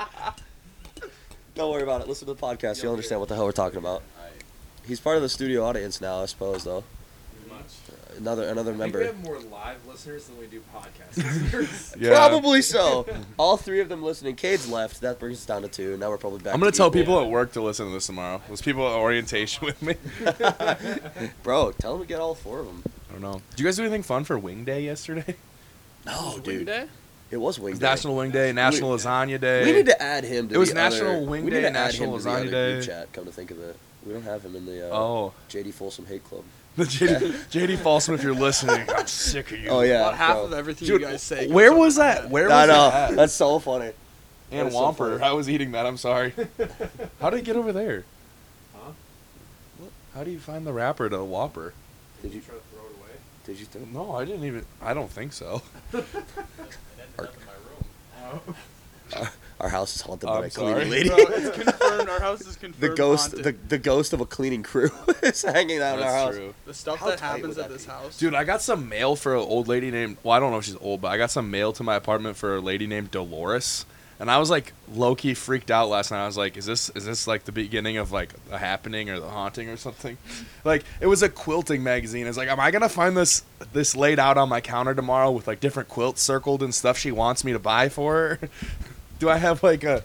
B: Don't worry about it. Listen to the podcast. You'll understand what the hell we're talking about. He's part of the studio audience now, I suppose, though.
D: Pretty much.
B: Another another
D: I think we
B: member.
D: have more live listeners than we do podcast listeners.
A: Yeah. [LAUGHS]
B: Probably so. All three of them listening. Cade's left. That brings us down to two. Now we're probably back.
A: I'm gonna
B: to
A: tell
B: equal.
A: people at work to listen to this tomorrow. Those people at orientation [LAUGHS] with me.
B: bro. Tell them to get all four of them.
A: I don't know. Did you guys do anything fun for Wing Day yesterday?
B: No,
K: Wing
B: dude.
K: Day?
B: It was wing
A: It's
B: day.
A: [LAUGHS] National Wing Day, National Lasagna Day.
B: We need to add him. to
A: It was
B: the
A: National
B: other-
A: Wing
B: we
A: Day,
B: need to add him
A: National
B: to the other
A: Lasagna
B: group
A: Day.
B: Chat. Come to think of it, we don't have him in the uh,
A: Oh,
B: JD Folsom Hate Club.
A: the JD, JD Folsom, if you're listening, I'm sick of you.
B: Oh yeah,
C: About half
B: bro.
C: of everything
A: Dude,
C: you guys say. comes
A: Where
C: from
A: was that? Where was
B: I know.
A: that?
B: That's so funny.
A: And
B: That's so
A: Whomper.
B: funny.
A: I was eating that. I'm sorry. How [LAUGHS] did it get over there?
D: Huh?
A: How do you find the wrapper to the Whopper?
B: Did
D: Did
B: you-
D: you try to throw it away?
B: Did you think?
A: No, I didn't even. I don't think so.
D: It ended up in my room.
B: Our house is haunted
A: I'm
B: by a cleaning
A: sorry.
B: lady.
A: [LAUGHS]
C: Bro, it's confirmed. Our house is confirmed.
B: [LAUGHS] The ghost,
C: haunted.
B: the, the ghost of a cleaning crew [LAUGHS] is hanging out in our house.
A: That's true.
C: The stuff
B: How
C: that
B: tight
C: happens
B: would
C: at
B: that
C: this
B: be?
C: house.
A: Dude, I got some mail for an old lady named. Well, I don't know if she's old, but I got some mail to my apartment for a lady named Dolores, and I was like low key freaked out last night. I was like, "Is this is this like the beginning of like the happening or the haunting or something?" [LAUGHS] Like it was a quilting magazine. It's like, am I gonna find this this laid out on my counter tomorrow with like different quilts circled and stuff she wants me to buy for [LAUGHS] her? Do I have like a,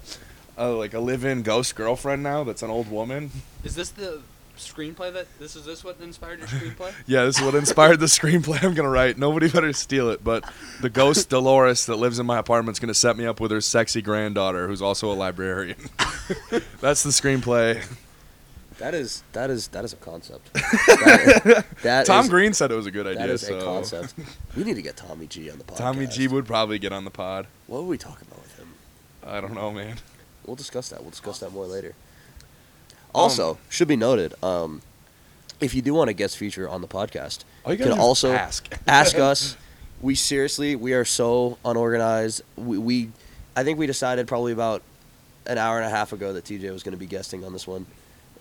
A: a like a live in ghost girlfriend now that's an old woman?
K: Is this the screenplay that this is this what inspired your
B: [LAUGHS]
K: screenplay?
A: Yeah, this is what inspired the [LAUGHS] screenplay I'm gonna write. Nobody better steal it, but the
B: [LAUGHS]
A: ghost Dolores that lives in my apartment's gonna set me up with her sexy granddaughter, who's also a librarian. [LAUGHS] That's the screenplay.
B: That is that is that is
A: [LAUGHS]
B: a concept. that, that
A: Tom
B: is-
A: Green said it was a good idea.
B: That is
A: so [LAUGHS]
B: a concept. We need to get Tommy G on the podcast.
A: Tommy G would probably get on the pod.
B: What were we talking about with him?
A: I don't know, man.
B: We'll discuss that. We'll discuss that more later.
C: Um,
B: Also, should be noted, um, if you do want a guest feature on the podcast,
A: All you
B: Can
A: gotta do is
B: also-
A: ask.
C: [LAUGHS]
B: ask us. We seriously, we are so unorganized. We, we, I think we decided probably about an hour and a half ago that TJ was going to be guesting on this one,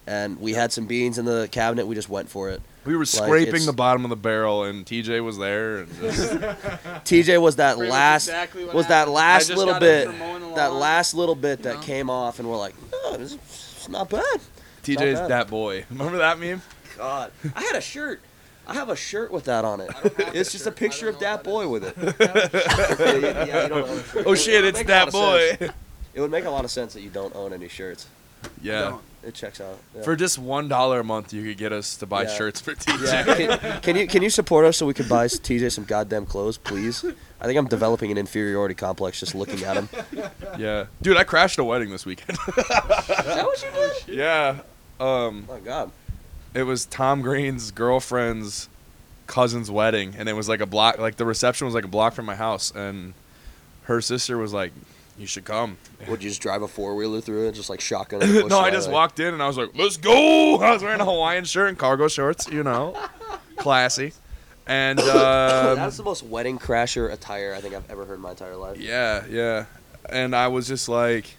B: and we had some beans in the cabinet. We just went for
C: [LAUGHS]
B: it.
A: We were
B: Like,
A: scraping
B: it's-
A: the bottom of the barrel, and TJ was there.
B: [LAUGHS]
A: And just,
B: TJ was that
C: Pretty much
B: last
C: exactly what
B: was that
C: happened.
B: last
C: I just
B: little
C: got in
B: bit
C: for mowing the
B: that
C: lawn.
B: last little bit that
C: know?
B: came off, and we're like, no, this is it's not bad.
A: TJ's
B: bad.
A: that boy. [LAUGHS] Remember that
B: [LAUGHS]
A: meme?
B: God, I had a shirt. I have a shirt with that on it.
C: don't have
B: It's
C: a
B: just a
C: shirt. I
B: picture of
C: don't know
B: that
C: what
B: boy with it. [LAUGHS]
A: Oh shit,
B: It
A: it's
B: makes a
A: that
B: lot of [LAUGHS]
A: boy.
B: It would make a lot of sense that you don't own any shirts.
A: Yeah.
C: Don't.
B: It checks out. Yeah.
A: For just one dollar a month, you could get us to buy
B: Yeah.
A: shirts
B: [LAUGHS]
A: for TJ.
B: Yeah, Can, can you can you support us so we can buy TJ some goddamn clothes, please? I think I'm developing an inferiority complex just looking at [LAUGHS] him.
A: Yeah, dude, I crashed a wedding this weekend. [LAUGHS]
B: that what you did?
A: yeah, um,
B: Oh my god.
A: it was Tom Green's girlfriend's cousin's wedding, and it was like a block. Like the reception was like a block from my house, and her sister was like, You should come.
B: Would you just drive a four wheeler through it, just like shotgun? it, push
A: [LAUGHS] no, I
B: it,
A: just
B: like-
A: walked in and I was like, "Let's go!" [LAUGHS] I was wearing a Hawaiian shirt and cargo shorts, you know, classy. [LAUGHS] And um,
B: That's the most wedding crasher attire I think I've ever heard in my entire life.
A: yeah, yeah. And I was just like,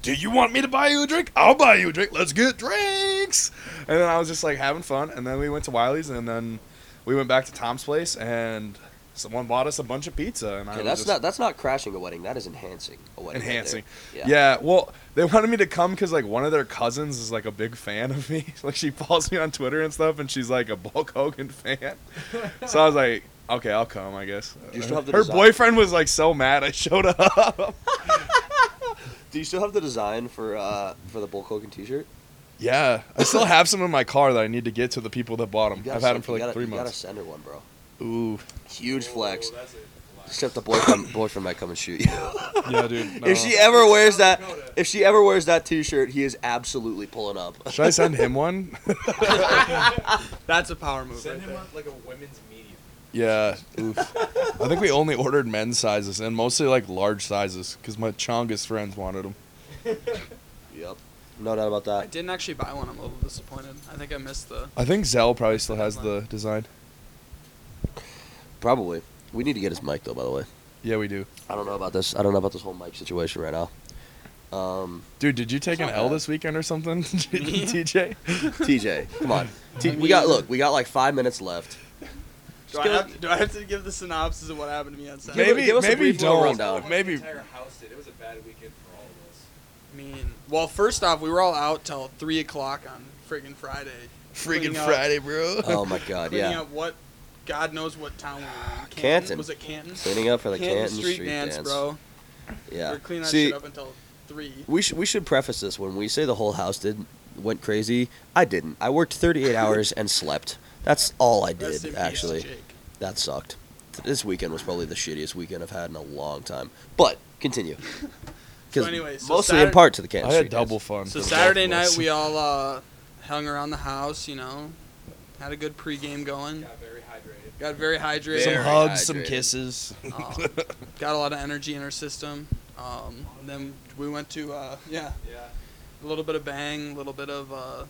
A: "Do you want me to buy you a drink? I'll buy you a drink. Let's get drinks." And then I was just like having fun. And then we went to Wiley's, and then we went back to Tom's place, and someone bought us a bunch of pizza. And I
B: Okay,
A: was
B: that's
A: just,
B: not that's not crashing a wedding. That is enhancing a wedding. right there.
A: enhancing.
B: Yeah.
A: yeah. well, they wanted me to come because like one of their cousins is like a big fan of me. [LAUGHS] like she follows me on Twitter and stuff, and she's like a Bulk Hogan fan. so I was like, okay, I'll come, I guess.
B: Do you still have the
A: Her
B: design?
A: boyfriend was like so mad I showed up.
B: Do you still have the design for uh for the Bulk Hogan T-shirt?
A: yeah, I still have some in my car that I need to get to the people that bought
B: You
A: them.
B: gotta
A: I've had
B: send-
A: them for
B: you
A: like
B: gotta-
A: three
B: you Gotta
A: months.
B: send her one, bro.
A: Ooh,
B: [LAUGHS] Huge flex.
D: Whoa, Oh, that's a
B: Except the boyfriend boyfriend might come [COUGHS] and shoot you.
A: yeah, [LAUGHS] dude. no.
B: If she ever wears that,
D: Dakota.
B: if she ever wears that T-shirt, he is absolutely pulling up.
A: Should I send him one?
C: That's a power move
D: Send
C: right
D: him
C: there.
D: up like a women's medium.
A: Yeah. Oof. I think we only ordered men's sizes and mostly like large sizes because my Chongus friends wanted them.
B: Yep. No doubt about
L: I
B: that.
L: didn't actually buy one. I'm a little disappointed. I think I missed the.
A: I think Zell probably still has the design.
B: Probably. We need to get his mic though. By the way,
A: Yeah, we do.
B: I don't know about this. I don't know about this whole mic situation right now. Um,
A: Dude, did you take an
B: not
A: L
B: bad. Mm-hmm.
A: this weekend or something, [LAUGHS] TJ?
B: TJ, come on. T- we got look. We got like five minutes left.
C: Do I, have to, do I have to give the synopsis of what happened to me on Saturday?
A: Maybe,
B: give us a
A: maybe
B: brief little
A: don't.
B: rundown.
A: Maybe.
D: The entire house did. It was a bad weekend for all of us.
L: I mean,
C: Well, first off, we were all out till three o'clock on friggin' Friday,
A: Freaking
C: Cleaning up.
A: Friday, bro.
B: Oh my God.
C: cleaning
B: Yeah.
C: up what, God knows what town we were in.
B: Canton.
C: Was it Canton?
B: Cleaning up for the
C: Canton, street, dance,
B: dance,
C: bro.
B: Yeah.
C: We're cleaning that
B: See,
C: shit up until three.
B: we should we should preface this when we say the whole house did went crazy. I didn't. I worked
C: [LAUGHS]
B: 38 hours and slept. That's all I
C: Rest in
B: did
C: peace,
B: actually.
C: Jake.
B: That sucked. This weekend was probably the shittiest weekend I've had in a long time. But continue. 'Cause
C: [LAUGHS] So anyway, so
B: mostly in
C: Saturday-
B: part to the
A: [LAUGHS]
B: Kansas
A: I had
B: Street dance.
A: double fun.
C: So
A: for the
C: Saturday
A: both of
C: night
A: us.
C: we all uh, hung around the house, you know, had a good pregame going,
D: Got very hydrated.
C: got very hydrated,
A: some
B: Very
A: hugs, some
B: hydrated.
A: kisses.
C: uh, got a lot of energy in our system. Um, and then we went to uh, yeah,
D: Yeah.
C: a little bit of bang, a little bit of uh,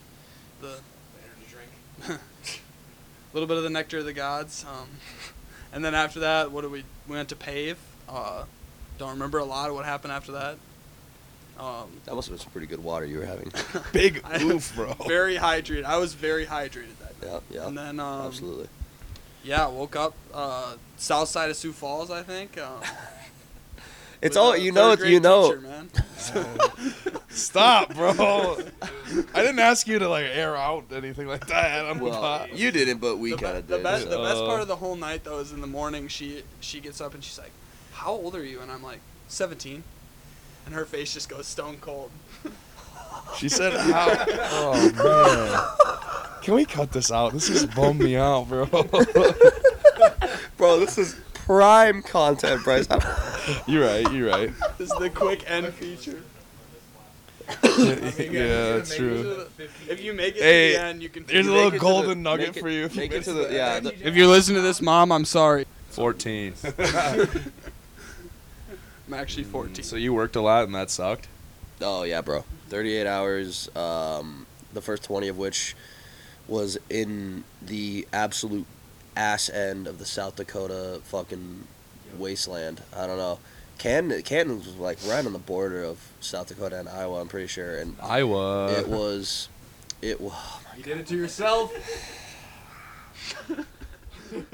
C: the
D: The energy drink.
C: little bit of the nectar of the gods. Um, [LAUGHS] and then after that, what did we? We went to pave. Uh, don't remember a lot of what happened after that. Um,
B: That must have been some pretty good water you were
C: [LAUGHS]
B: having.
A: [LAUGHS] Big
C: I-
A: oof, bro.
B: [LAUGHS]
C: very hydrated. I was very hydrated that night.
B: Yeah, yeah.
C: And then um,
B: absolutely.
C: yeah, woke up uh, south side of Sioux Falls, I think. Um,
B: [LAUGHS] It's
C: with
B: all
C: a
B: you know.
C: third
B: You
C: grade
B: know.
C: teacher, man.
A: Stop, bro. I didn't ask you to like air out anything like that on the
B: Well,
A: pot.
B: you didn't, but [LAUGHS] we
C: the, be-
B: kind of
C: the,
B: did.
C: best, the
B: so.
C: best
A: Uh,
C: part of the whole night though is in the morning she she gets up and she's like, "How old are you?" And I'm like, "17." And her face just goes stone cold.
A: She said,
B: [LAUGHS]
A: "How?" Oh man. Can we cut this out? This is bummed me out,
B: [LAUGHS]
A: bro.
B: Bro, this is prime content,
C: [LAUGHS]
B: Bryce.
A: you're right. You're right.
C: This is the quick end feature.
A: [LAUGHS] yeah, that's true.
C: If you make it
A: Hey,
C: to the end, you can.
A: There's a
C: you
A: little
C: make it-
A: golden
B: make
A: nugget
B: it-
A: for you. If you
B: make it
A: miss
B: to the
A: that.
B: yeah. the-
C: If you listen to this, mom, I'm sorry.
B: [LAUGHS]
A: 14.
C: I'm actually
B: Mm.
C: 14.
A: so you worked a lot and that sucked.
B: Oh yeah, bro. Thirty-eight hours. Um, the first twenty of which was in the absolute ass end of the South Dakota fucking wasteland. I don't know. Canton, Canton was like right on the border of South Dakota and Iowa. I'm pretty sure, and
A: Iowa.
B: it was, it oh was.
D: Uh. You did it to yourself.
B: [LAUGHS]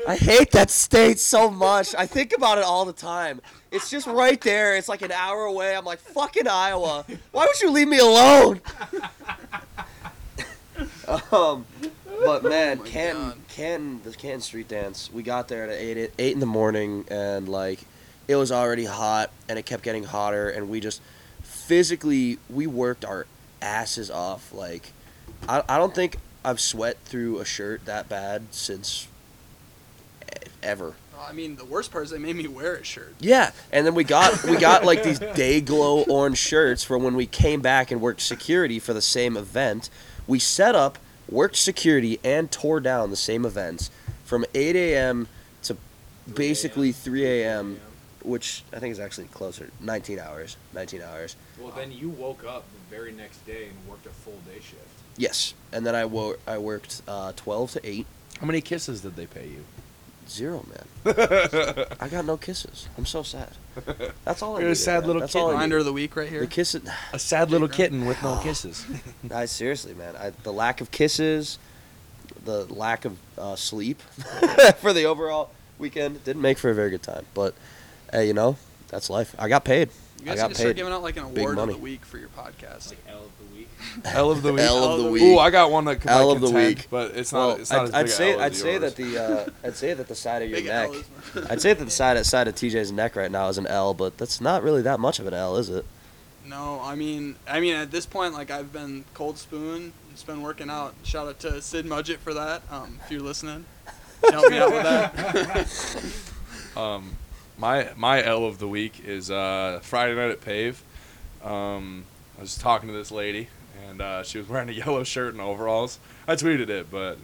B: I hate that state so much. I think about it all the time. It's just right there. It's like an hour away. I'm like, fucking Iowa. Why would you leave me alone? [LAUGHS] um, but man,
C: Oh my
B: Canton,
C: God.
B: Canton, the Canton street dance. We got there at eight, at eight in the morning, and like, it was already hot, and it kept getting hotter, and we just physically we worked our asses off. Like, I, I don't think I've sweat through a shirt that bad since e- ever.
C: I mean, the worst part is they made me wear a shirt.
B: Yeah, and then we got we got like these day glow orange shirts from when we came back and worked security for the same event. We set up, worked security, and tore down the Um, same events from 8 a.m. to basically 3 a.m. which I think is actually closer, 19 hours, 19 hours.
D: Well, then you woke up the very next day and worked a full day shift.
B: Yes, and then I wo- I worked uh, 12 to 8.
A: How many kisses did they pay you?
B: Zero, man. I got no kisses. I'm so sad. That's all I
A: You're a
B: needed,
A: sad
B: man.
A: little
B: That's
A: kid.
B: all I
M: Reminder
B: needed.
M: of the week right
B: The
M: here.
B: kisses.
A: A sad little kitten with no
B: [GASPS]
A: kisses.
B: I seriously, man. I, the lack of kisses, the lack of uh, sleep [LAUGHS] for the overall weekend didn't make for a very good time. But hey, you know that's life. I got paid.
M: You
B: I
M: guys
B: got
M: need to start
B: paid. [LAUGHS]
M: giving out like an
B: Big
M: award of
B: money.
M: the week for your podcast.
D: Like L of the week.
A: Hell of the week.
B: L of the week.
A: Ooh, I got one that could
B: L
A: like
B: of the
A: contend,
B: week.
A: but it's not.
B: well,
A: it's not
B: I'd,
A: as
B: I'd
A: big a
B: say
A: L
B: I'd
A: as
B: say
A: yours.
B: that the uh,
A: [LAUGHS]
B: I'd say that the side of your
M: Big
B: neck.
M: L is-
B: I'd say that the side side of TJ's neck right now is an L, but that's not really that much of an L, is it?
M: No, I mean, I mean, at this point, like I've been cold spoon. It's been working out. Shout out to Sid Mudgett for that. Um, if you're listening, help me out with that.
A: Um, my my L of the week is uh, Friday night at Pave. Um, I was talking to this lady, and uh, she was wearing a [LAUGHS] yellow shirt and overalls. I tweeted it, but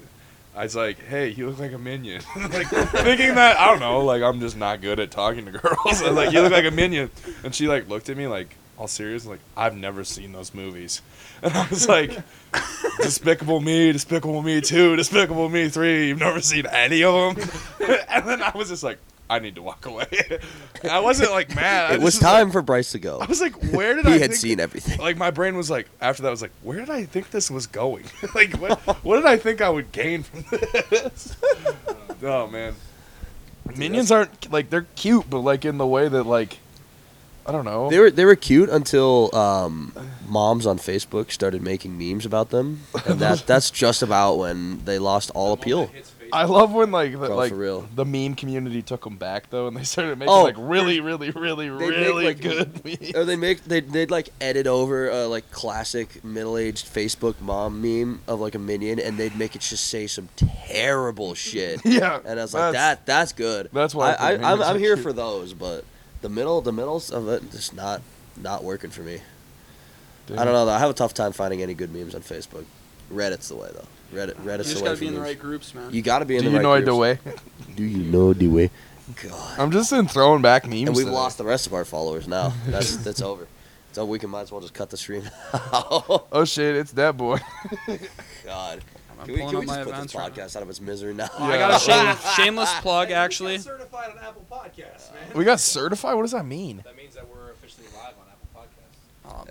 A: I was like, "Hey, you look like a minion." [LAUGHS] like thinking that I don't know, like I'm just not good at talking to [LAUGHS] girls. I was like, "You look like a minion," and she like looked at me like all serious, like I've never seen those movies, [LAUGHS] and I was like. Despicable Me, Despicable Me 2, Despicable Me 3. You've never seen any of them. [LAUGHS] and then I was just like, I need to walk away. [LAUGHS] I wasn't like mad. I
B: it was
A: just Uh, like-
B: time for Bryce to go.
A: I was like, where did
B: He
A: I
B: had
A: think-
B: seen everything.
A: Like my brain was like, after that, I was like, where did I think this
I: [LAUGHS]
A: was going? like, what, what did I think I would gain from
I: [LAUGHS]
A: this? oh man,
I: Minions aren't like they're cute, but like in the way that like I don't know.
B: They were they were cute until um, moms on Facebook started making memes about them, and [LAUGHS] that that's just about when they lost all [LAUGHS] appeal.
I: I love when like the,
B: Bro,
I: like
B: for real.
I: the meme community took them back though, and they started making
B: Oh.
I: like really, really, really,
B: make,
I: really
B: like, [LAUGHS]
I: good memes.
B: Or they make they they'd like edit over a like classic middle aged Facebook mom meme of like a minion, and they'd make it just say some terrible shit.
I: [LAUGHS] Yeah,
B: and I was like,
I: that's-
B: that that's good.
I: that's why I
B: I, I,
I: think
B: I am
I: minions
B: I'm
I: are
B: here
I: cute.
B: for those, but the middle the middles of it just not not working for me. I don't know though. I have a tough time finding any good memes on Facebook. Reddit's the way though. Reddit
M: You
B: Reddit's
M: just
B: the way.
M: gotta
B: for
M: be in the
B: memes.
M: right groups, man.
B: You gotta be in
I: Do
B: the
I: you know
B: right
I: I the
B: groups.
I: way?
B: Do you know the way? God.
I: I'm just in throwing back memes.
B: And we've
I: today.
B: lost the rest of our
I: [LAUGHS]
B: followers now. That's that's over. So we can might as well just cut the stream. [LAUGHS] oh
I: Oh shit! It's that boy. [LAUGHS]
B: God.
M: I'm
B: Can we,
M: pulling
B: can
M: up
B: we
M: my
B: just put
M: events.
B: this
M: right now.
B: podcast out of its misery now?
M: Oh, I got a shame, shameless plug,
D: Hey, we
M: actually.
D: got certified on Apple Podcasts,
B: Uh,
D: man.
I: We got certified. What does that mean?
D: that means that we're officially live on Apple Podcasts.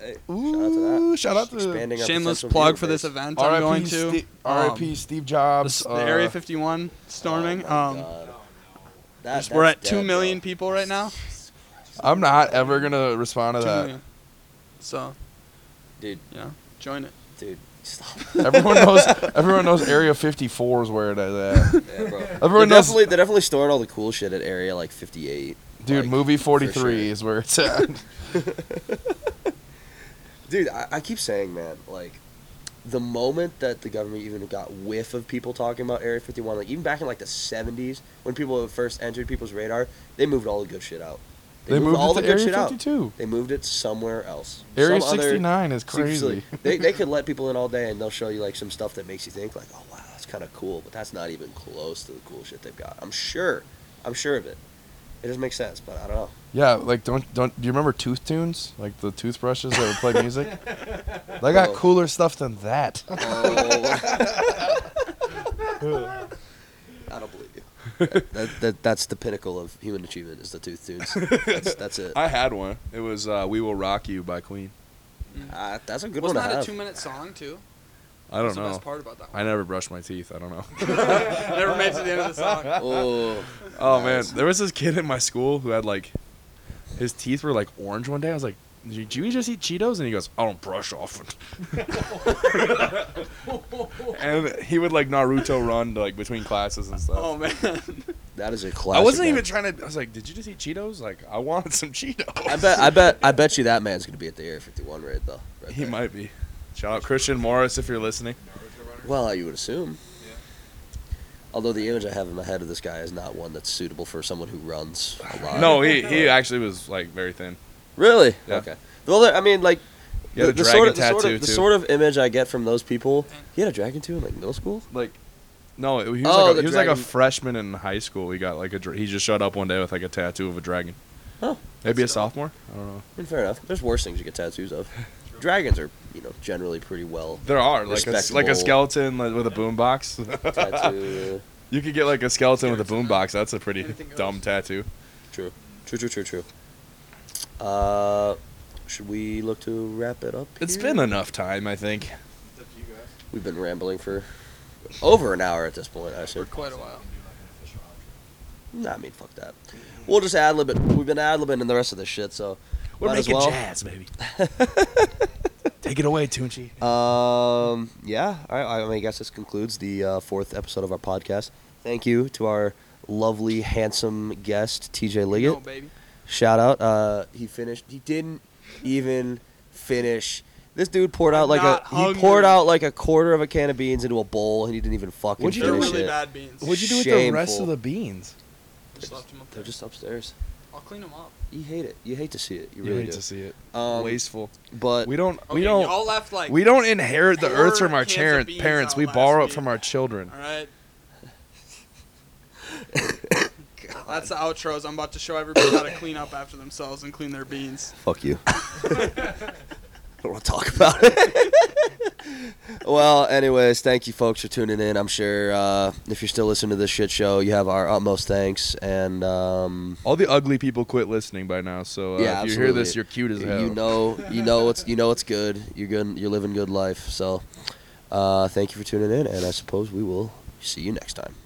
B: [LAUGHS] Hey,
I: Ooh, shout out to-
B: expanding our
M: Shameless
B: potential
M: plug
B: viewer
M: for this
B: base.
M: event I'm going
I: R.I.P.
M: to.
I: Ste-
M: Um,
I: R.I.P. Steve Jobs.
M: the
I: uh,
M: Area 51 storming.
B: Oh my
M: um,
B: God.
M: just-
B: That-
M: we're
B: that's
M: at two
B: dead,
M: million
B: bro.
M: people right now.
I: I'm not ever gonna respond to
M: Two
I: that.
A: [LAUGHS]
M: million. So,
B: Dude.
M: you know, join it.
B: Dude, [LAUGHS] stop.
I: [LAUGHS] Everyone
B: [LAUGHS]
I: knows. Everyone knows Area 54 is where it
A: [LAUGHS]
I: is at.
B: Yeah, bro. They're
I: Everyone knows.
B: definitely, they're definitely storing all the cool shit at area like 58.
I: Dude,
B: like,
I: movie
B: for
I: 43
B: sure.
I: is where it's
A: [LAUGHS]
I: at.
B: [LAUGHS] Dude, I, I keep saying, man, like the moment that the government even got whiff of people talking about Area 51, like even back in like the 70s when people first entered people's radar, they moved all the good shit out.
I: They moved it
B: all
I: to
B: the good
I: Area
B: shit out.
I: 52.
B: They moved it somewhere else.
I: Area
B: Some other
I: 69 is
B: secret
I: crazy.
B: facility. [LAUGHS] they,
I: [LAUGHS]
B: they could let people in all day and they'll show you like some stuff that makes you think like, oh wow, that's kind of cool, but that's not even close to the cool shit they've got. I'm sure. I'm sure of it. It doesn't make sense, but I don't know.
I: Yeah, like don't don't. Do you remember Tooth Tunes? Like the toothbrushes that would
A: [LAUGHS]
I: play music. they got
B: Oh.
I: cooler stuff than that.
B: Oh. I don't believe you. that, that, that's the pinnacle of human achievement is the tooth tunes. That's, that's it.
A: I had one. It was uh, "We Will Rock You" by Queen.
B: [LAUGHS] Uh, that's a good
M: Wasn't
B: one to
M: that a
B: have.
M: two-minute song too?
A: I don't
M: That's the
A: know.
M: best part about that one. [LAUGHS]
A: I never brushed my teeth. I don't know. [LAUGHS]
M: Never made it to the end of the song.
B: oh,
A: Oh
B: Nice.
A: man, there was this kid in my school who had like, his teeth were like orange one day. I was like, "Did you just eat Cheetos?" And he goes, "I don't brush often." [LAUGHS] and he would like Naruto run like between classes and stuff.
M: Oh
B: [LAUGHS]
M: man.
B: that is a
A: I
B: classic.
A: wasn't
B: man.
A: even trying to. I was like, "Did you just eat Cheetos?" Like, I wanted some Cheetos.
B: I bet. I bet. I bet you that man's gonna be at the Area 51 raid though.
A: [LAUGHS]
B: Right
A: he
B: there.
A: might be. Shout out Christian Morris if you're listening.
B: Well, you would assume. Although the image I have in my head of this guy is not one that's suitable for someone who runs a lot.
A: No, he he actually was like very thin.
B: Really?
A: Yeah.
B: Okay. Well, there- I mean, like
A: He had
B: the,
A: a
B: the
A: dragon
B: sort of, the
A: tattoo
B: sort of the
A: too.
B: sort of image I get from those people. He had a dragon too in like middle school.
A: like no, he was,
B: Oh,
A: like, a,
B: the
A: he was like a
B: dragon.
A: freshman in high school. He got like a dra- he just showed up one day with like a tattoo of a dragon.
B: Oh,
A: Maybe a sophomore. I don't know.
B: I mean, fair enough. There's worse things you get tattoos of. Dragons are, you know, generally pretty well
A: There are like a, like
B: Respectable.
A: a skeleton like, with a boombox.
B: tattooed.
A: [LAUGHS] You could get like a skeleton with a boombox. That's a pretty
M: Anything else?
A: dumb tattoo.
B: True. True, true, true, true. Uh, should we look to wrap it up?
A: It's
B: here?
A: been enough time, I think.
B: We've been rambling for over an hour at this point, I
M: for
B: assume.
M: quite a while.
B: Nah, I mean, fuck that. We'll just ad lib it. We've been ad libbing in the rest of this shit, so.
E: We're
B: might as
E: making
B: well.
E: jazz,
B: [LAUGHS]
E: baby. Take it away, Tunchi.
B: Um, yeah, all right, I, I mean, I guess this concludes the uh, fourth episode of our podcast. Thank you to our lovely, handsome guest, TJ
M: You
B: Liggett.
M: know, baby.
B: Shout out. Uh, he finished. He didn't even finish. This dude poured out
M: I'm
B: like a
M: not
B: he
M: hungry.
B: poured out like a quarter of a can of beans into a bowl, and he didn't even fucking
A: What'd you
M: They're
A: do
B: finish
M: really
B: it.
M: bad beans.
A: What'd you do with the rest
B: Shameful.
A: of the beans?
M: Just left 'em up
B: They're
M: there.
B: just upstairs.
M: I'll clean them up.
B: You hate it. You hate to see it. You
A: You,
B: really
A: hate
B: do.
A: to see it.
B: Um,
A: Wasteful.
B: But
A: uh, We don't.
M: Okay,
A: we don't.
M: Y'all left like.
A: we don't inherit the earth
M: four
A: from our
M: cans of
A: char-
M: beans
A: parents.
M: out
A: We
M: last
A: borrow it
M: week.
A: from our children.
M: All
B: [LAUGHS]
M: right. That's the outros. I'm about to show everybody how to clean up after themselves and clean their beans.
B: fuck you. [LAUGHS] I don't want to talk about it. [LAUGHS] well, anyways, thank you folks for tuning in. I'm sure uh, if you're still listening to this shit show, you have our utmost thanks. And um,
A: All the ugly people quit listening by now. So uh,
B: Yeah,
A: if you hear
B: absolutely.
A: this, you're cute as hell.
B: you know, you know it's you know it's good. You're good. You're living good life. So, uh, thank you for tuning in, and I suppose we will see you next time.